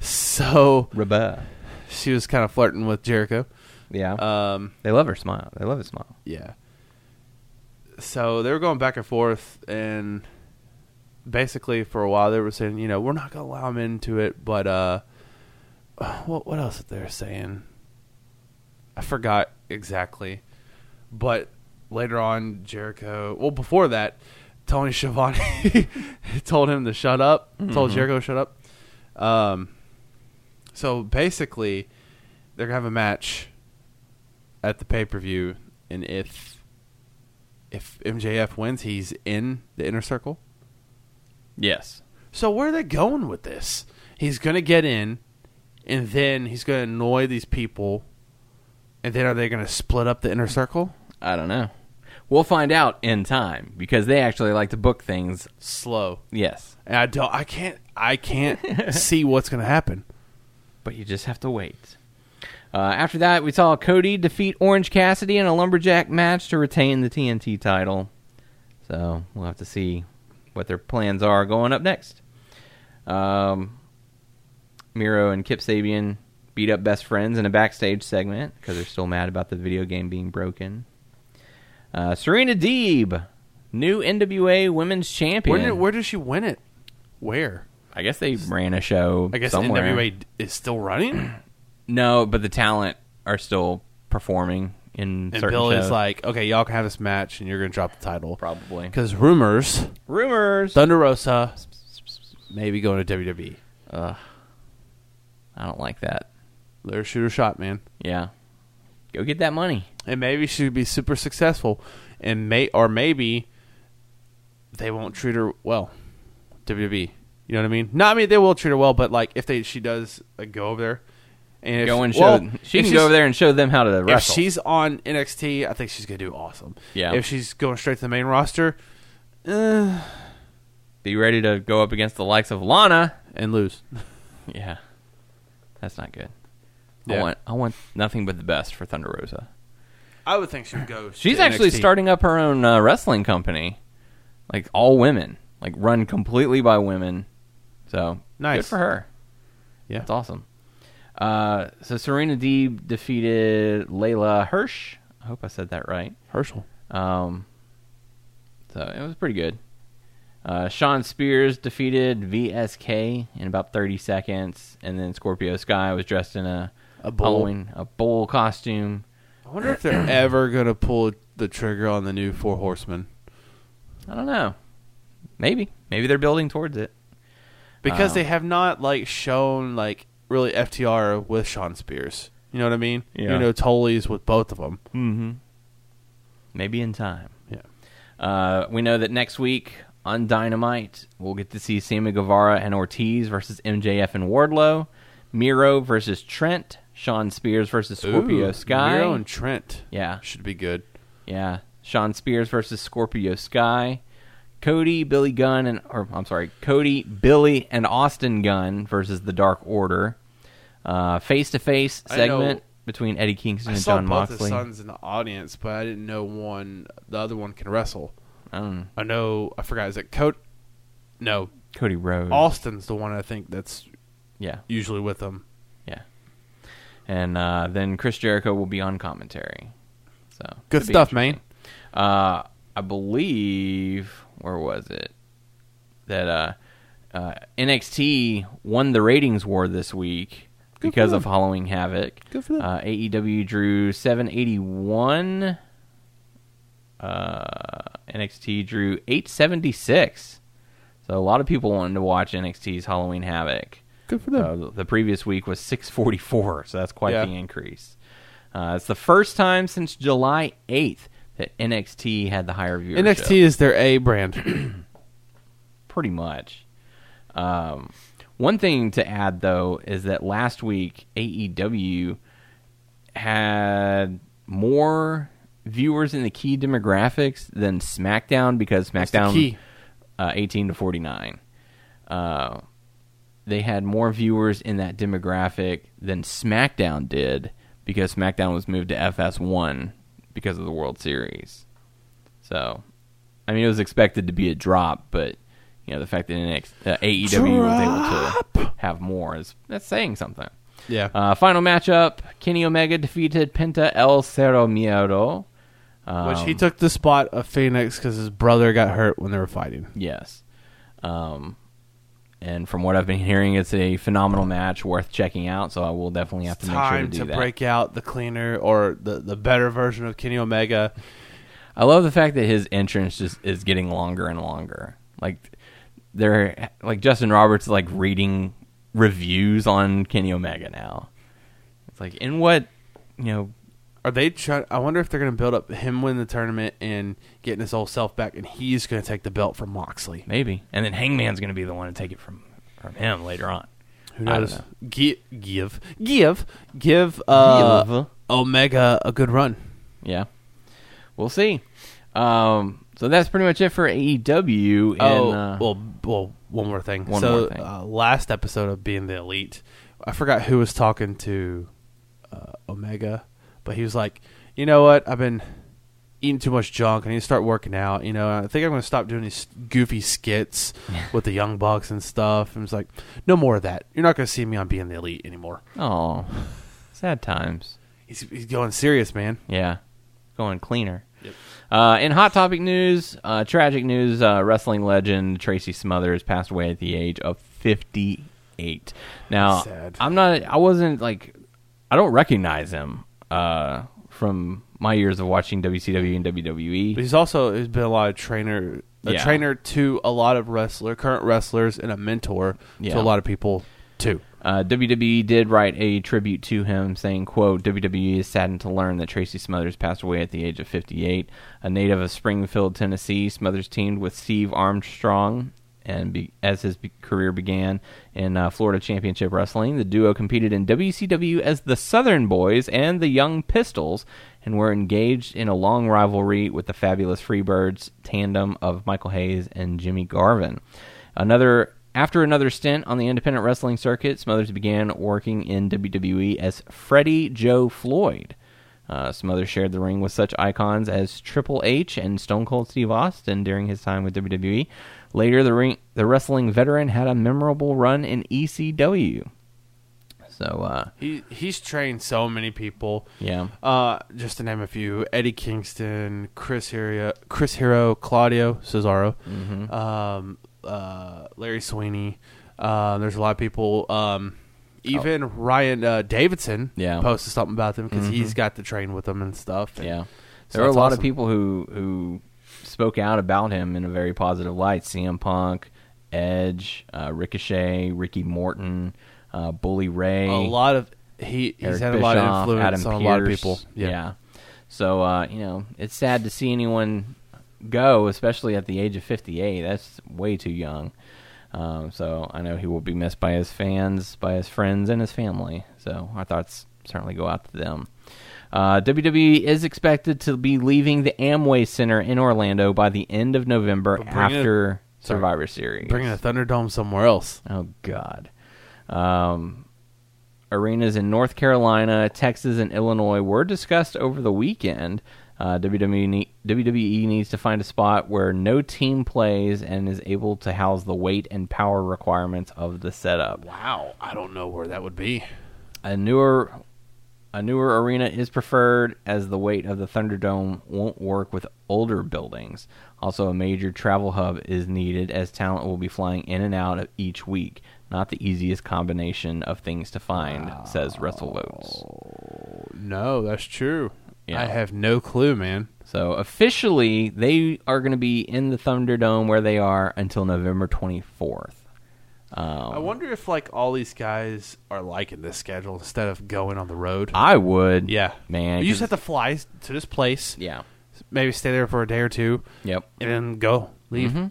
E: so
D: Rebel.
E: she was kind of flirting with Jericho.
D: Yeah.
E: Um,
D: They love her smile. They love his smile.
E: Yeah. So they were going back and forth, and basically for a while they were saying, you know, we're not going to allow him into it, but uh, [SIGHS] what what else they were saying? I forgot exactly, but later on Jericho. Well, before that, Tony Schiavone [LAUGHS] told him to shut up. Told Jericho to shut up. Um, so basically, they're gonna have a match at the pay per view, and if if MJF wins, he's in the inner circle.
D: Yes.
E: So where are they going with this? He's gonna get in, and then he's gonna annoy these people, and then are they gonna split up the inner circle?
D: I don't know. We'll find out in time because they actually like to book things.
E: Slow.
D: Yes.
E: And I don't. I can't.
D: [LAUGHS]
E: I can't see what's gonna happen.
D: But you just have to wait. Uh, after that, we saw Cody defeat Orange Cassidy in a lumberjack match to retain the TNT title. So we'll have to see what their plans are going up next. Um, Miro and Kip Sabian beat up best friends in a backstage segment because they're still mad about the video game being broken. Uh, Serena Deeb, new NWA Women's Champion.
E: Where did Where does she win it? Where?
D: I guess they ran a show.
E: I guess
D: somewhere.
E: NWA d- is still running,
D: No, but the talent are still performing in
E: and
D: certain
E: Bill
D: shows.
E: is like, "Okay, y'all can have this match, and you're gonna drop the title."
D: probably
E: Because rumors,
D: rumors.
E: Thunder Rosa maybe going to E. WWE.
D: I don't like that.
E: Let her shoot her shot, man.
D: Yeah, go get that money.
E: And maybe she would be super successful, and may or maybe they won't treat her well. WWE, you know what I mean? No, I mean they will treat her well, but like if they she does uh, go over there and if,
D: go and show.
E: well,
D: she can
E: if she's-
D: go over there and show them how to
E: If
D: wrestle.
E: she's on NXT, I think she's gonna do awesome.
D: Yeah.
E: If she's going straight to the main roster
D: Be ready to go up against the likes of Lana.
E: and lose,
D: Yeah, that's not good. I
E: Yeah.
D: want. I want nothing but the best for Thunder Rosa.
E: I would think she would go.
D: She's
E: to
D: actually
E: NXT.
D: starting up her own uh, wrestling company, like all women, like run completely by women. So good
E: Nice.
D: for her.
E: Yeah.
D: that's awesome. Uh, so Serena Deeb defeated Layla Hirsch. I hope I said that right.
E: Herschel.
D: Um, so it was pretty good. Uh, Sean Spears defeated VSK in about 30 seconds, and then Scorpio Sky was dressed in a,
E: A bull.
D: Halloween a bull costume.
E: I wonder if they're ever gonna pull the trigger on the new Four Horsemen.
D: I don't know. Maybe, maybe they're building towards it.
E: because they have not like shown like really FTR with Sean Spears. You know what I mean?
D: Yeah.
E: You know Tully's with both of them.
D: Maybe in time.
E: Mm-hmm. Yeah.
D: Uh, we know that next week on Dynamite, we'll get to see Sammy Guevara and Ortiz versus MJF and Wardlow, Miro versus Trent, Sean Spears versus Scorpio
E: Ooh,
D: Sky.
E: Miro and Trent.
D: Yeah.
E: should be good.
D: yeah, Sean Spears versus Scorpio Sky, Cody, Billy Gunn, and or I'm sorry, Cody, Billy, and Austin Gunn versus the Dark Order. Face to face
E: I know-
D: segment between Eddie Kingston
E: I
D: and
E: saw
D: John
E: both the
D: Moxley.
E: sons in the audience, but I didn't know one. The other one can wrestle. I know. I forgot. Is it Coat? No,
D: Cody Rhodes.
E: Austin's the one I think that's
D: yeah.
E: usually with them.
D: Yeah. And uh, then Chris Jericho will be on commentary. So
E: Good
D: could be
E: stuff,
D: interesting.
E: man.
D: Uh, I believe where was it that uh, uh, NXT won the ratings war this week because of Halloween Havoc. E
E: Good for them.
D: Uh, AEW drew 781 uh, NXT drew 876. So a lot of people wanted to watch NXT's Halloween Havoc.
E: Good for them.
D: Uh, the previous week was 644, so that's quite
E: Yeah.
D: the increase. Uh, it's the first time since July 8th that NXT had the higher viewership.
E: NXT is their
D: [COUGHS]
E: A brand.
D: pretty much. Um, one thing to add though is that last week AEW had more viewers in the key demographics than SmackDown because
E: the
D: SmackDown
E: key.
D: Uh, 18 to 49. Uh, they had more viewers in that demographic than SmackDown did because SmackDown was moved to FS1 because of the World Series. So, I mean, it was expected to be a drop, but you know the fact that NX, uh, AEW was able to have more is that's saying something.
E: yeah.
D: Uh, final matchup: Kenny Omega defeated Penta El Cerro Miedo.
E: Which he took the spot of Phoenix because his brother got hurt when they were fighting.
D: Yes. Um, and from what I've been hearing, it's a phenomenal match worth checking out. So I will definitely have to make sure to
E: Time
D: do
E: to,
D: that.
E: break out the cleaner or the, the better version of Kenny Omega.
D: I love the fact that his entrance just is getting longer and longer. Like they're like Justin Roberts is, like reading reviews on Kenny Omega now. It's like in what you know
E: Are they trying? I wonder if they're going to build up him winning the tournament and getting his old self back, and he's going to take the belt from Moxley.
D: maybe, and then Hangman's going to be the one to take it from from him later on.
E: Who
D: I don't
E: knows?
D: know.
E: Give, give, give, give, uh,
D: Give.
E: Omega a good run.
D: Yeah, we'll see. Um, so that's pretty much it for AEW. And,
E: Oh,
D: uh,
E: well, well, one more thing.
D: One
E: so,
D: more thing.
E: Uh, last episode of being the elite, I forgot who was talking to uh, Omega, but he was like, "You know what? I've been eating too much junk. I need to start working out. You know, I think I'm going to stop doing these
D: [LAUGHS]
E: goofy skits with the young bucks and stuff." And it's like, "No more of that. You're not going to see me on being the elite anymore."
D: oh, sad times.
E: He's, he's going serious, man.
D: Yeah, going cleaner. Uh, in hot topic news, uh, tragic news: uh, wrestling legend Tracy Smothers passed away at the age of fifty-eight. Now,
E: Sad.
D: I'm not. I wasn't like. I don't recognize him uh, from my years of watching WCW and E. WWE.
E: But he's also he's been a lot of trainer, a
D: Yeah.
E: trainer to a lot of wrestler, current wrestlers, and a mentor
D: Yeah.
E: to a lot of people too.
D: Uh, WWE did write a tribute to him, saying, "quote WWE is saddened to learn that Tracy Smothers passed away at the age of 58. A native of Springfield, Tennessee, Smothers teamed with Steve Armstrong, and be, as his be- career began in uh, Florida Championship Wrestling, the duo competed in WCW as the Southern Boys and the Young Pistols, and were engaged in a long rivalry with the fabulous Freebirds tandem of Michael Hayes and Jimmy Garvin." Another after another stint on the independent wrestling circuit, Smothers began working in WWE as Freddie Joe Floyd. Uh, Smothers shared the ring with such icons as Triple H and Stone Cold Steve Austin during his time with WWE. Later, the ring, the wrestling veteran had a memorable run in ECW. So, uh,
E: He he's trained so many people.
D: yeah,
E: Uh, just to name a few: Eddie Kingston, Chris Hero, Chris Hero, Claudio Cesaro,
D: Mm-hmm.
E: um, uh, Larry Sweeney. Uh, there's a lot of people. Um, even Ryan uh, Davidson
D: Oh. Yeah. Mm-hmm.
E: posted something about them because he's got the train with them and stuff. And
D: yeah.
E: so
D: There were a
E: that's
D: lot
E: awesome.
D: of people who who spoke out about him in a very positive light. CM Punk, Edge, uh, Ricochet, Ricky Morton, uh, Bully Ray,
E: a lot of he
D: Eric
E: he's had a lot of
D: Bischoff,
E: influence
D: Adam
E: on a lot of
D: Pearce.
E: people.
D: Yeah. So uh, you know, it's sad to see anyone go, especially at the age of 58. That's way too young. Um, so I know he will be missed by his fans, by his friends, and his family. So our thoughts certainly go out to them. Uh, WWE is expected to be leaving the Amway Center in Orlando by the end of November
E: But bringing it-
D: after Survivor Series.
E: bringing a Thunderdome somewhere else.
D: Oh God. Um, arenas in North Carolina, Texas, and Illinois were discussed over the weekend. Uh, WWE, ne- WWE needs to find a spot where no team plays and is able to house the weight and power requirements of the setup.
E: Wow, I don't know where that would be.
D: A newer a newer arena is preferred as the weight of the Thunderdome won't work with older buildings. Also, a major travel hub is needed as talent will be flying in and out of each week. Not the easiest combination of things to find, says WrestleVotes.
E: No, that's true.
D: You know?
E: I have no clue, man.
D: So officially, they are going to be in the Thunderdome where they are until November 24th.
E: I wonder if like all these guys are liking this schedule instead of going on the road.
D: I would,
E: yeah,
D: man,
E: you just
D: 'cause-
E: have to fly to this place.
D: yeah,
E: maybe stay there for a day or two,
D: yep.
E: and then go leave.
D: Mm-hmm.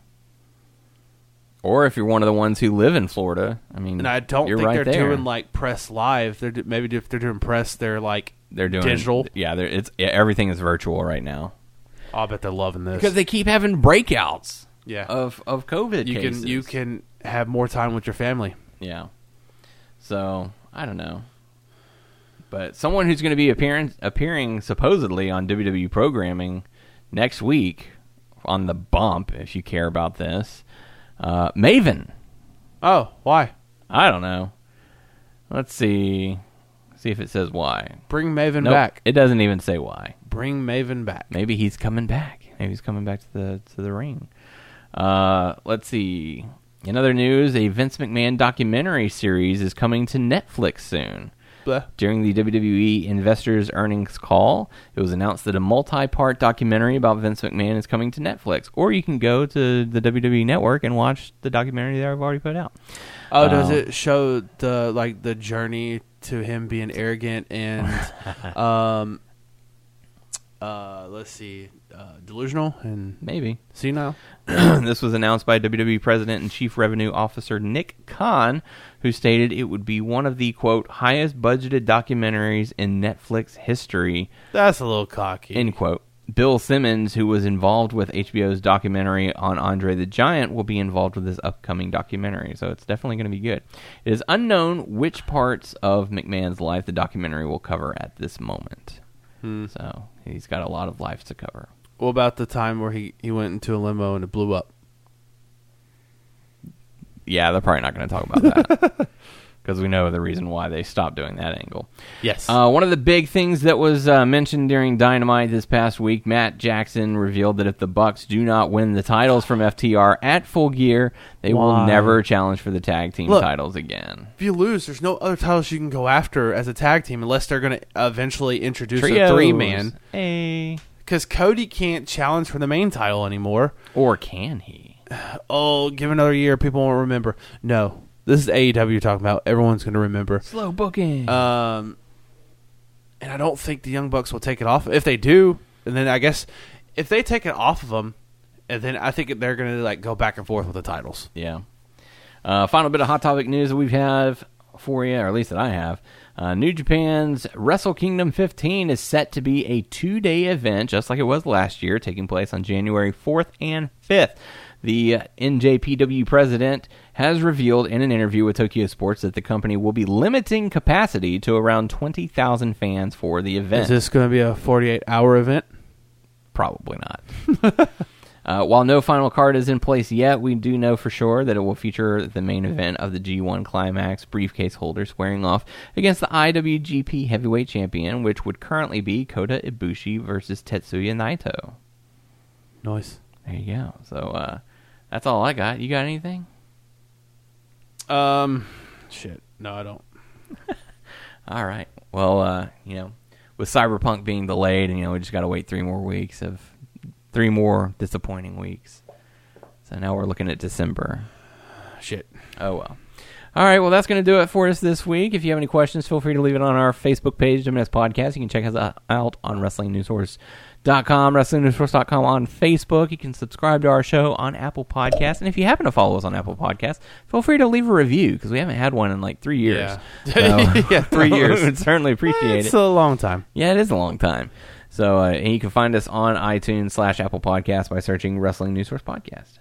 D: Or if you're one of the ones who live in Florida, I mean,
E: And I don't
D: you're
E: think
D: right
E: they're
D: there.
E: doing like press live. They're do- maybe if they're doing press, they're like
D: they're doing
E: digital.
D: Yeah, they're, it's yeah, everything is virtual right now
E: Oh, I bet they're loving this
D: because they keep having breakouts
E: yeah,
D: of of COVID.
E: you
D: cases.
E: can you can have more time with your family.
D: Yeah. So I don't know. But someone who's going to be appearing appearing supposedly on WWE programming next week on the bump, if you care about this, uh, Maven.
E: Oh, why
D: I don't know. Let's see. See if it says why.
E: bring Maven
D: Nope,
E: back?
D: It doesn't even say why.
E: Bring Maven back.
D: Maybe he's coming back. Maybe he's coming back to the to the ring. Uh, let's see. In other news, a Vince McMahon documentary series is coming to Netflix soon.
E: Blah.
D: During the WWE Investors Earnings Call, it was announced that a multi part documentary about Vince McMahon is coming to Netflix. Or you can go to the WWE Network and watch the documentary that I've already put out.
E: Oh, does
D: Um,
E: it show the like the journey to him being arrogant [LAUGHS] and um uh let's see uh delusional and
D: Maybe.
E: senile?
D: [CLEARS THROAT] this was announced by WWE President and Chief Revenue Officer Nick Khan, who stated it would be one of the quote highest budgeted documentaries in Netflix history.
E: That's a little cocky.
D: End quote. Bill Simmons, who was involved with HBO's documentary on Andre the Giant, will be involved with this upcoming documentary, so it's definitely going to be good. It is unknown which parts of McMahon's life the documentary will cover at this moment. So he's got a lot of lives to cover.
E: what about the time where he he went into a limo and it blew up?
D: yeah, they're probably not going to talk about that because we know the reason why they stopped doing that angle.
E: Yes.
D: Uh, one of the big things that was uh, mentioned during Dynamite this past week, Matt Jackson revealed that if the Bucks do not win the titles from FTR at Full Gear, they will
E: Why?
D: never challenge for the tag team
E: Look.
D: titles again.
E: if you lose, there's no other titles you can go after as a tag team unless they're going to eventually introduce
D: Trios.
E: a three man
D: Hey.
E: cuz Cody can't challenge for the main title anymore.
D: or can he?
E: Oh, give another year, people won't remember. No. This is AEW talking about. Everyone's going to remember.
D: Slow booking.
E: Um, and I don't think the Young Bucks will take it off. If they do, and then I guess if they take it off of them, and then I think they're going to like go back and forth with the titles.
D: Yeah. Uh, final bit of hot topic news that we have for you, or at least that I have. Uh, New Japan's Wrestle Kingdom 15 is set to be a two day event, just like it was last year, taking place on January 4th and 5th. The uh, NJPW president has revealed in an interview with Tokyo Sports that the company will be limiting capacity to around 20,000 fans for the event.
E: Is this going to be a forty-eight hour event?
D: Probably not. [LAUGHS] uh, while no final card is in place yet, we do know for sure that it will feature the main event of the G1 Climax briefcase holder squaring off against the IWGP Heavyweight Champion, which would currently be Kota Ibushi versus Tetsuya Naito.
E: Noise.
D: There you go. So uh, that's all I got. You got anything?
E: Um, shit. No, I don't.
D: All right. Well, uh, you know, with Cyberpunk being delayed, and you know, we just got to wait three more weeks of three more disappointing weeks. So now we're looking at December.
E: Shit.
D: Oh well. All right, well, that's going to do it for us this week. If you have any questions, feel free to leave it on our Facebook page, WNS Podcast. You can check us out on WrestlingNewsSource.com, WrestlingNewsSource.com on Facebook. You can subscribe to our show on Apple Podcasts. And if you happen to follow us on Apple Podcasts, feel free to leave a review because we haven't had one in like three years.
E: Yeah. [LAUGHS]
D: [LAUGHS]
E: Yeah, three years.
D: We'd certainly appreciate it.
E: It's a long time.
D: Yeah, it is a long time. So uh, and you can find us on iTunes slash Apple Podcasts by searching Wrestling News Source Podcast.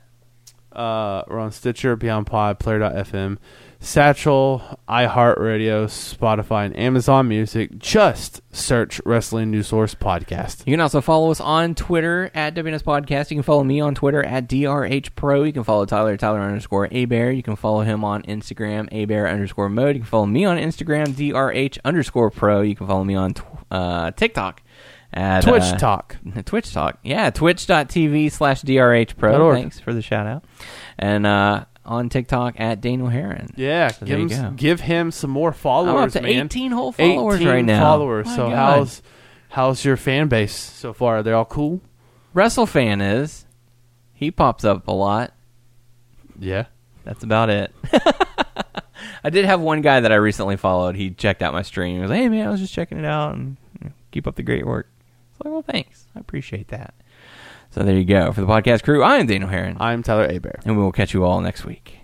E: Uh, we're on Stitcher, Beyond Pod, Player.fm, Satchel, iHeartRadio, Spotify, and Amazon Music. Just search Wrestling News Source Podcast.
D: You can also follow us on Twitter at WNS Podcast. You can follow me on Twitter at DRH Pro. You can follow Tyler, Tyler underscore Abear. You can follow him on Instagram, Abear underscore mode. You can follow me on Instagram, DRH underscore Pro. You can follow me on tw- uh, TikTok at
E: Twitch
D: uh,
E: Talk.
D: [LAUGHS] Twitch Talk. Yeah, twitch.tv slash DRH Pro.
E: org.
D: Thanks for the shout out. And uh, on TikTok at Daniel Heron.
E: Yeah,
D: So
E: give,
D: there
E: him,
D: you go.
E: give him some more followers,
D: I'm up to
E: man.
D: 18 whole followers
E: 18
D: right now.
E: Followers.
D: My
E: so
D: God.
E: how's How's your fan base so far? They're all cool.
D: WrestleFan is. He pops up a lot.
E: Yeah.
D: That's about it. [LAUGHS] I did have one guy that I recently followed. He checked out my stream. He was like, "Hey man, I was just checking it out and you know, keep up the great work." I was like, "Well, thanks. I appreciate that." So there you go for the podcast crew. I am Daniel Herron,
E: I'm Tyler Abear.
D: and we will catch you all next week.